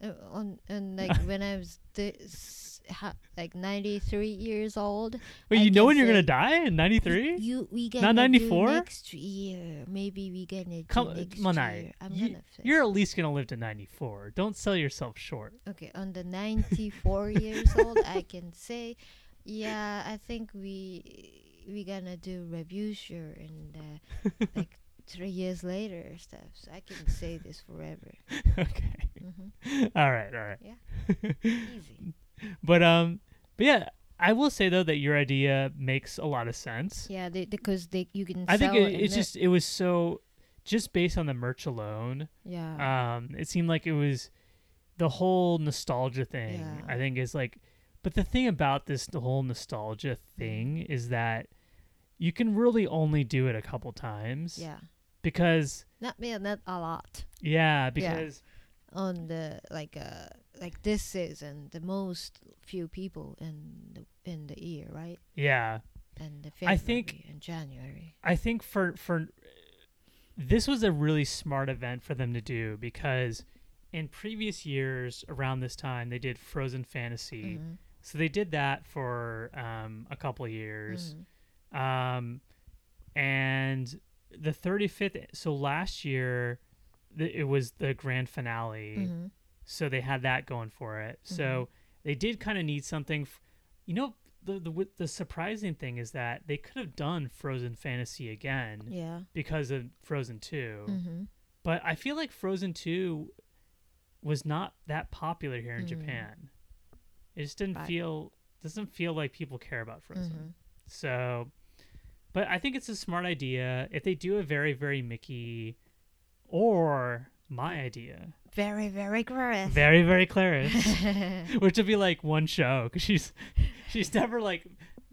B: Uh, on and like when I was this, ha, like ninety three years old.
A: Wait,
B: I
A: you know
B: can
A: when you're gonna
B: say-
A: die in '93?
B: You we gonna
A: Not
B: do
A: 94?
B: next year. Maybe we gonna
A: Come,
B: do next
A: Monai,
B: year. I'm
A: you-
B: gonna fit.
A: You're at least gonna live to '94. Don't sell yourself short.
B: okay on the ninety four years old. I can say, yeah, I think we we gonna do review sure and uh, like three years later stuff. So I can say this forever.
A: okay.
B: hmm
A: All right. All right.
B: Easy.
A: But um, but yeah, I will say though that your idea makes a lot of sense.
B: Yeah, they, because they you can.
A: I think
B: sell
A: it,
B: and
A: it's
B: then-
A: just it was so just based on the merch alone.
B: yeah.
A: Um, it seemed like it was the whole nostalgia thing.
B: Yeah.
A: I think is like, but the thing about this the whole nostalgia
B: Mm.
A: thing is that you can really only do it a couple times.
B: Yeah.
A: Because
B: Not yeah, not a lot
A: yeah, because
B: on the like uh like this season the most few people in the in the year, right?
A: Yeah.
B: And the February
A: I think-
B: and January.
A: I think for for this was a really smart event for them to do because in previous years around this time they did Frozen Fantasy.
B: Mhm,
A: So they did that for um, a couple of years.
B: mhm.
A: Um, and the 35th, so last year th- it was the grand finale.
B: Mhm.
A: So they had that going for it. So they did kind of need something. F- you know, the, the, wi- the surprising thing is that they could have done Frozen Fantasy again
B: Yeah.
A: because of Frozen 2.
B: Mhm.
A: But I feel like Frozen 2 was not that popular here in
B: Mhm.
A: Japan. It just didn't
B: Right.
A: feel doesn't feel like people care about
B: Mhm.
A: Frozen. So but I think it's a smart idea if they do a very very Mickey or my idea.
B: Very, very gross.
A: Very very Clarice, which would be like one show cuz she's she's never like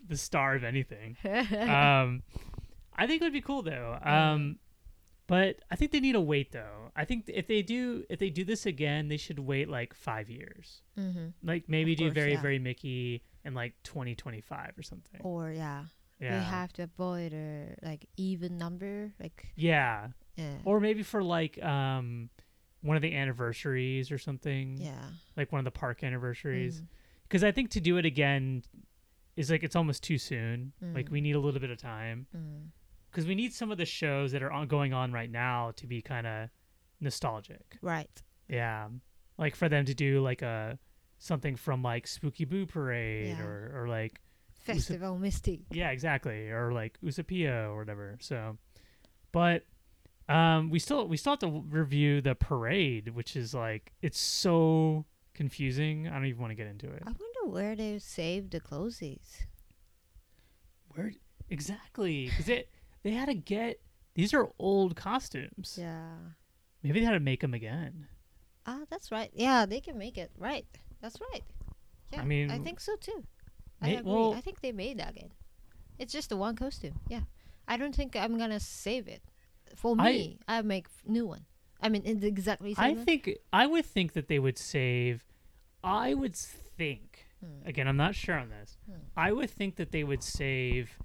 A: the star of anything um, I think it would be cool though. Um, but I think they need to wait though. I think if they do if they do this again, they should wait like five years.
B: Mhm.
A: Like maybe do
B: course,
A: very
B: yeah.
A: very Mickey in like twenty twenty five or something.
B: Or yeah,
A: yeah.
B: we have to avoid a like even number, like
A: yeah.
B: yeah,
A: Or maybe for like um, one of the anniversaries or something.
B: yeah.
A: Like one of the park anniversaries.
B: mhm.
A: Because I think to do it again is like it's almost too soon. Like
B: Mm.
A: we need a little bit of time.
B: Mm.
A: because we need some of the shows that are on, going on right now to be kind of nostalgic.
B: Right.
A: Yeah, like for them to do like a something from like Spooky Boo Parade
B: Yeah.
A: or or like
B: Festival Mystique.
A: yeah exactly or like Usapio or whatever. So, but um, we still we still have to w- review the parade, which is like it's so confusing. I don't even want to get into it.
B: I wonder where they saved the clothes.
A: Where exactly? Because it they had to get these are old costumes.
B: Yeah.
A: Maybe they had to make them again.
B: Ah, that's right. Yeah, they can make it. Right. That's right. Yeah. I
A: mean,
B: think so too. I
A: may-
B: agree.
A: well-
B: I think they made that again. It's just the one costume. Yeah. I don't think I'm gonna save it. For
A: I-
B: me, I, make f- new one. I mean, it's exactly same.
A: I
B: one.
A: think I would think that they would save. I would think
B: Hmm.
A: again. I'm not sure on this.
B: Hmm.
A: I would think that they would save.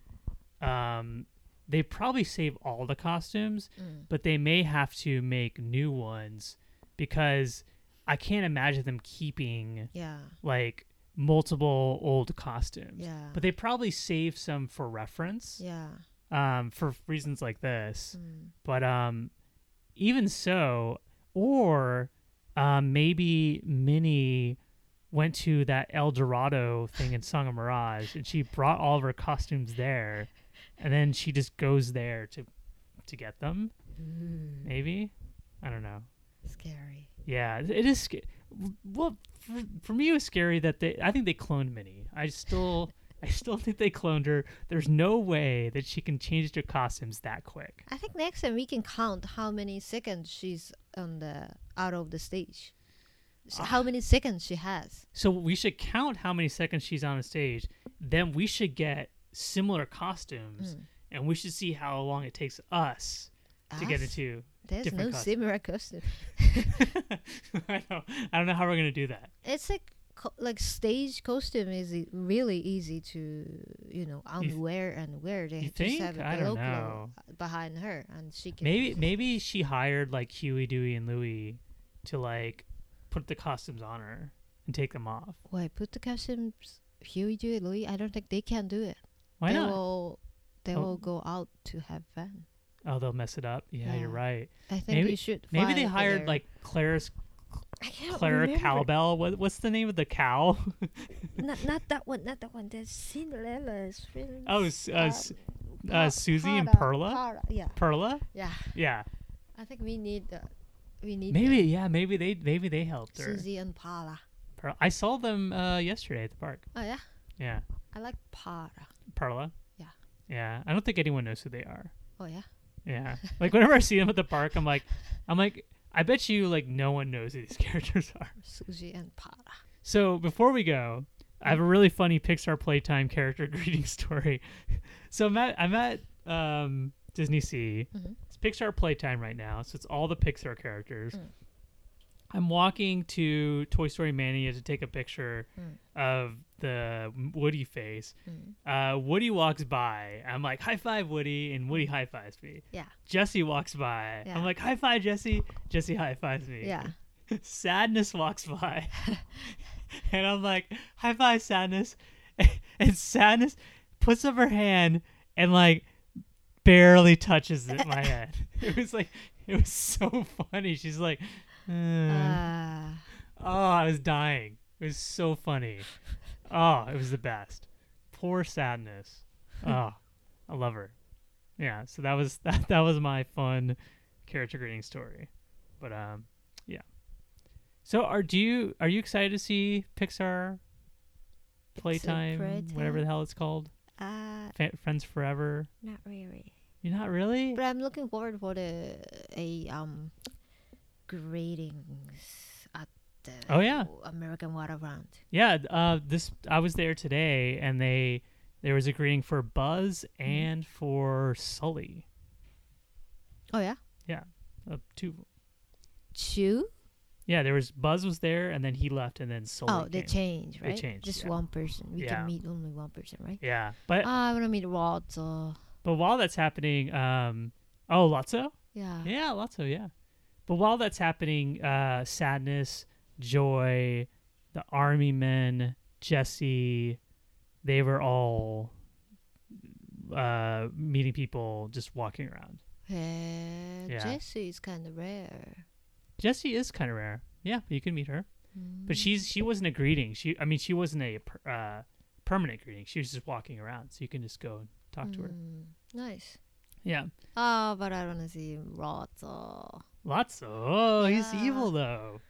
A: Um, they probably save all the costumes,
B: Mm.
A: but they may have to make new ones because I can't imagine them keeping
B: Yeah.
A: like multiple old costumes.
B: Yeah.
A: But they probably save some for reference,
B: Yeah.
A: um, for reasons like this.
B: Mm.
A: But um, even so, or um, maybe Minnie went to that El Dorado thing in Song of Mirage, and she brought all of her costumes there, and then she just goes there to to get them.
B: Hmm.
A: Maybe I don't know.
B: Mm, Scary.
A: Yeah, it it is. Sc- well, for, for me, it was scary that they. I think they cloned Minnie. I still, I still think they cloned her. There's no way that she can change her costumes that quick.
B: I think next time we can count how many seconds she's on the out of the stage. S-
A: Ah.
B: how many seconds she has.
A: So we should count how many seconds she's on a stage. Then we should get similar
B: Hmm.
A: costumes, and we should see how long it takes us to get
B: Us?
A: into.
B: There's no
A: different costume.
B: similar costume.
A: I don't, I don't know how we're gonna do that.
B: It's like co- like stage costume is e- really easy to you know unwear and wear. They
A: you
B: just have
A: think?
B: a
A: I don't
B: glow behind her, and she can
A: Maybe maybe she hired like Huey, Dewey, and Louie to like put the costumes on her and take them off.
B: Wait, put the costumes. Huey, Dewey, Louie. I don't think they can do it.
A: Why
B: they
A: not?
B: Will, they
A: Oh.
B: will go out to have fun.
A: Oh, they'll mess it up. Yeah,
B: Yeah.
A: you're right.
B: I think
A: Maybe-
B: you should.
A: Maybe they
B: find
A: hired
B: their-
A: like Claire's
B: I can't
A: Clara
B: remember.
A: Cowbell. What, what's the name of the cow?
B: not not that one, not that one. There's Cinderella's film.
A: Oh, s- uh, s-
B: Pa-
A: uh, Susie and
B: Para-
A: Perla.
B: Para- yeah,
A: Perla.
B: yeah.
A: Yeah,
B: I think we need uh, we need
A: maybe. Yeah, maybe they maybe they helped
B: the
A: her.
B: Susie and Paula.
A: Perla. I saw them uh, yesterday at the park.
B: Oh yeah,
A: Yeah,
B: I like Para.
A: Perla.
B: Yeah.
A: Yeah, I don't think anyone knows who they are.
B: Oh yeah,
A: Yeah, like whenever I see them at the park, I'm like, I'm like, I bet you like no one knows who these characters are.
B: Susie and Paula.
A: So before we go, I have a really funny Pixar Playtime character greeting story. So I'm at I'm at um, Disney Sea.
B: Mhm.
A: It's Pixar Playtime right now, so it's all the Pixar characters.
B: Mm.
A: I'm walking to Toy Story Mania to take a picture
B: Mm.
A: of the Woody face.
B: Mm. Mm.
A: Uh, Woody walks by. I'm like, high five, Woody. And Woody high fives me.
B: Yeah.
A: Jesse walks by.
B: Yeah.
A: I'm like, high five, Jesse. Jesse high fives me.
B: Yeah.
A: Sadness walks by. and I'm like, high five, Sadness. And Sadness puts up her hand and like barely touches it, my head. It was like, it was so funny. She's like, "Mm."
B: Uh,
A: oh, I was dying. It was so funny. Oh, it was the best. Poor Sadness. Oh, I love her. Yeah. So that was that. That was my fun character greeting story. But um, yeah. So are do you are you excited to see Pixar Playtime, whatever the hell it's called,
B: uh,
A: Fa Friends Forever?
B: not really.
A: You're not really.
B: But I'm looking forward for the a um greetings at the
A: Oh, yeah.
B: American Waterfront.
A: Yeah. Uh, this I was there today, and they there was a greeting for Buzz and for Sully.
B: Oh yeah,
A: Uh, two.
B: two.
A: Yeah, there was Buzz was there, and then he left, and then Sully.
B: Oh, they
A: came.
B: change,
A: They
B: right?
A: changed,
B: Just
A: yeah.
B: one person. We
A: Yeah.
B: can meet only one person, right?
A: Yeah, but
B: Ah, I wanna meet Rod. So
A: but while that's happening, um, oh Lotso,
B: yeah.
A: yeah, Lotso, yeah. But while that's happening, uh, sadness, joy, the army men, Jesse, they were all uh meeting people just walking around.
B: Uh,
A: Yeah.
B: Jesse is kind of rare.
A: Jesse is kind of rare. Yeah, you can meet her, but
B: Mm.
A: she's she wasn't a greeting. She, I mean, she wasn't a per, uh, permanent greeting. She was just walking around, so you can just go and talk to her.
B: Mm, Nice.
A: Yeah.
B: Oh, but I wanna see Rod. So
A: Lots of. Oh, he's
B: Yeah.
A: evil though.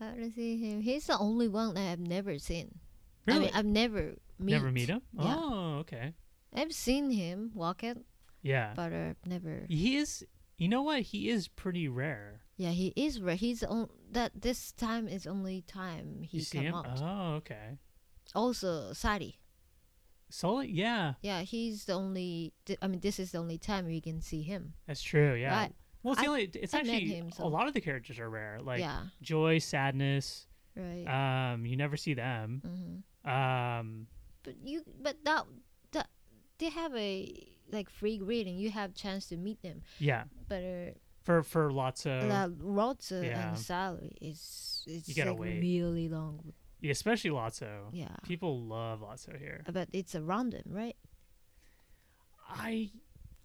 B: I wanna see him. He's the only one that I've never seen. I
A: Really?
B: mean, I've never meet.
A: Never meet him?
B: Yeah.
A: Oh, okay.
B: I've seen him walking,
A: Yeah.
B: but I've never.
A: He is, you know what? He is pretty rare.
B: Yeah, he is rare. He's on that. This time is only time he
A: you see
B: come
A: him?
B: out.
A: Oh, okay.
B: Also, Sadi.
A: Sully? Yeah,
B: Yeah, he's the only. Th- I mean, this is the only time we can see him.
A: that's true. Yeah.
B: Right.
A: Well, it's
B: I-
A: the only, it's
B: I met
A: actually,
B: him,
A: a
B: so-
A: lot of the characters are rare. Like
B: yeah.
A: joy, sadness.
B: Right.
A: Um, you never see them.
B: hmm
A: Um,
B: But you. But that. That they have a like free greeting. You have chance to meet them.
A: yeah.
B: But uh,
A: For for Lotso,
B: that Rotzer
A: Mm. yeah.
B: and Sally is it's
A: gotta
B: like
A: wait. Oh.
B: really long.
A: yeah, especially Lotso.
B: Yeah.
A: People love Lotso here.
B: But it's a random, right?
A: I,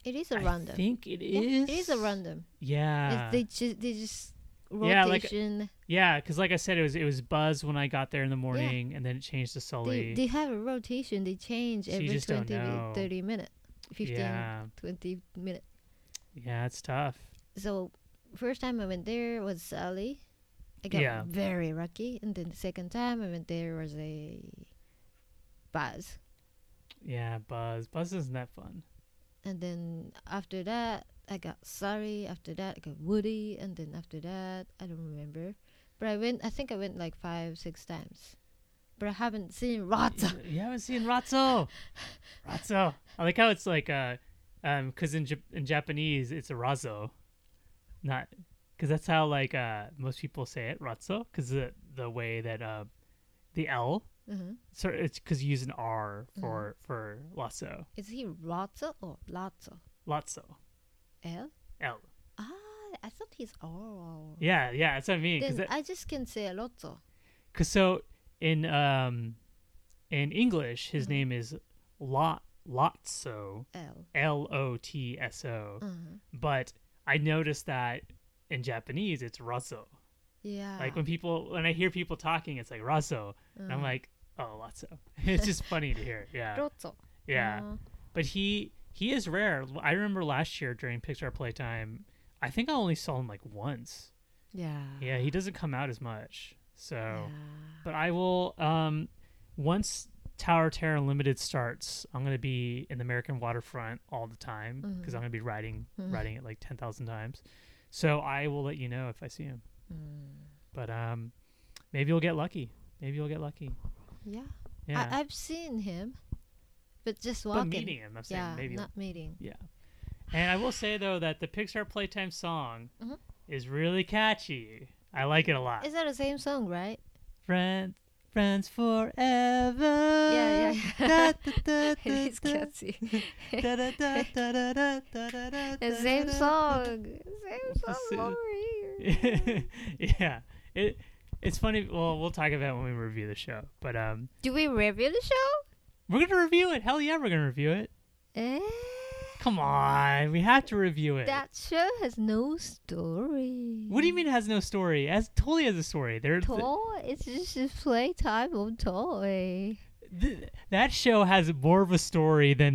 B: It is a
A: I
B: random.
A: think it
B: Yeah,
A: is.
B: It is a random. It's-
A: Yeah.
B: they just they just
A: Yeah, like-
B: rotation.
A: Yeah, because like I said, it was it was Buzz when I got there in the morning, and then it changed to
B: they,
A: Sully.
B: they have a rotation. They change
A: So you
B: every
A: just don't
B: 20,
A: know.
B: 30 minutes, 15,
A: yeah,
B: 20 minutes.
A: yeah, it's tough.
B: So first time I went there was Sally. I got
A: Yeah.
B: very lucky. And then the second time I went there was a Buzz.
A: Yeah, Buzz, Buzz isn't that fun.
B: And then after that, I got Sally. After that, I got Woody. And then after that, I don't remember. But I went, I think I went like five, six times. But I haven't seen Rata.
A: You- you haven't seen Ratso. Ratso. I like how it's like uh, um, because in Jap in Japanese it's a Razo, not because that's how like uh most people say it Ratso, because the the way that uh the L.
B: Mhm.
A: So it's because you use an R for for Lotso.
B: Is he Rata or Lata?
A: Lotso.
B: L?
A: L.
B: Ah, I thought he's R.
A: Yeah, yeah, that's what I mean. 'cause
B: Then
A: that-
B: I just can say Lotso.
A: Cause so in um in English, his name is Lot Lotso
B: L.
A: L O T S O,
B: Mhm.
A: but I noticed that in Japanese it's Razo.
B: Yeah.
A: Like when people when I hear people talking, it's like Razo, and I'm
B: Mhm.
A: like, oh Lotso. it's just funny to hear. Yeah,
B: Lotso.
A: yeah.
B: Uh,
A: But he he is rare. I remember last year during Pixar Playtime, I think I only saw him like once.
B: yeah.
A: Yeah, he doesn't come out as much. So.
B: Yeah.
A: but I will um once Tower Terror Unlimited starts, I'm gonna be in the American waterfront all the time because
B: Mm-hmm.
A: I'm gonna be riding
B: Mhm.
A: riding it like ten thousand times. So I will let you know if I see him.
B: Mm.
A: But um, maybe you'll get lucky. Maybe you'll get lucky.
B: Yeah.
A: Yeah.
B: I, I've seen him, but just
A: but
B: walking.
A: meeting him, I'm saying
B: yeah,
A: maybe.
B: not meeting.
A: yeah. And I will say though that the Pixar Playtime song
B: Mhm.
A: is really catchy. I like it a lot.
B: Is that the same song, right?
A: Friends, friends forever.
B: Yeah,
A: Yeah,
B: yeah. It's
A: da,
B: catchy.
A: da, da, da, da, da, da, da, da, da,
B: The
A: da,
B: same
A: da.
B: song. Same
A: It's the
B: song
A: same-
B: over here.
A: yeah, it it's funny. Well, we'll talk about it when we review the show, but um,
B: Do we review the show?
A: we're gonna review it. Hell yeah, we're gonna review it.
B: Eh?
A: Come on, we have to review it.
B: That show has no story.
A: what do you mean it has no story? It has totally has a story. There, th-
B: Toy? It's just a playtime of toy.
A: th- that show has more of a story than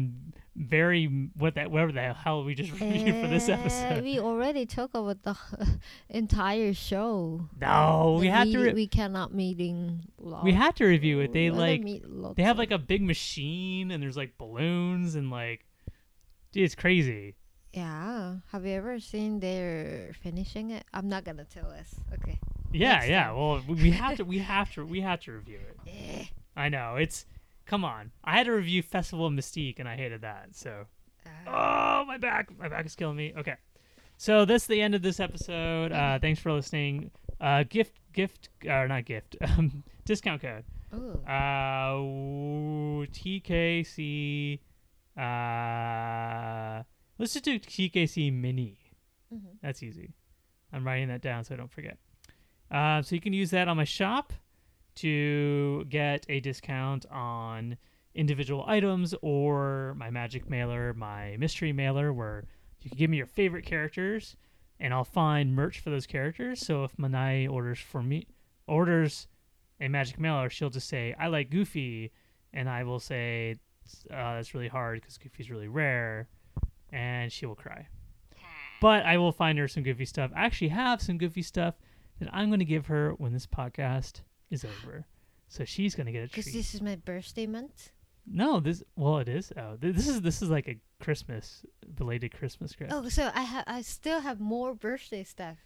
A: very m- what that whatever the hell we just reviewed for this
B: Eh,
A: episode.
B: We already talked about the entire show.
A: no, we
B: The
A: have to.
B: meeting-
A: Re-
B: we cannot meeting. Law.
A: we have to review it. They
B: Other
A: like
B: meet lots
A: they have
B: of-
A: like a big machine and there's like balloons and like, dude, it's crazy.
B: yeah. Have you ever seen their finishing it? I'm not gonna tell us. Okay.
A: Yeah,
B: Next
A: yeah.
B: time.
A: Well, we- we have to, we have to, we have to review it.
B: Eh.
A: I know it's. Come on, I had to review Festival of Mystique and I hated that. So,
B: Ah.
A: oh my back, my back is killing me. Okay, so that's the end of this episode. Uh, thanks for listening. Uh, gift, gift, or not gift. Um, discount code.
B: Ooh.
A: Uh, w- TKC. Uh, let's just do TKC Mini.
B: Mhm.
A: That's easy. I'm writing that down so I don't forget. Uh, so you can use that on my shop to get a discount on individual items or my magic mailer, my mystery mailer, where you can give me your favorite characters and I'll find merch for those characters. So if Manai orders for me, orders a magic mailer, she'll just say, I like Goofy. And I will say, uh, that's really hard because Goofy's really rare. And she will cry but I will find her some goofy stuff. I actually have some goofy stuff that I'm going to give her when this podcast is over. So she's going to get a
B: Because
A: treat.
B: this is my birthday month.
A: no, this well it is. Oh, th- this is this is like a Christmas belated Christmas gift. Oh,
B: Oh, so I ha- I still have more birthday stuff.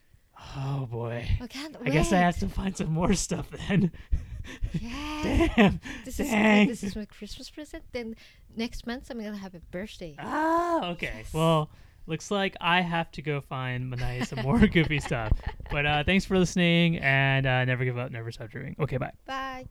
A: Oh, boy.
B: I can't
A: I
B: wait.
A: guess I have to find some more stuff then.
B: Yeah.
A: Damn.
B: This is
A: Dang.
B: this is my Christmas present. Then next month I'm gonna have a birthday.
A: Ah, okay. Well, looks like I have to go find Manaya some more goofy stuff. But uh, thanks for listening and uh, never give up, never stop dreaming. Okay, bye.
B: Bye.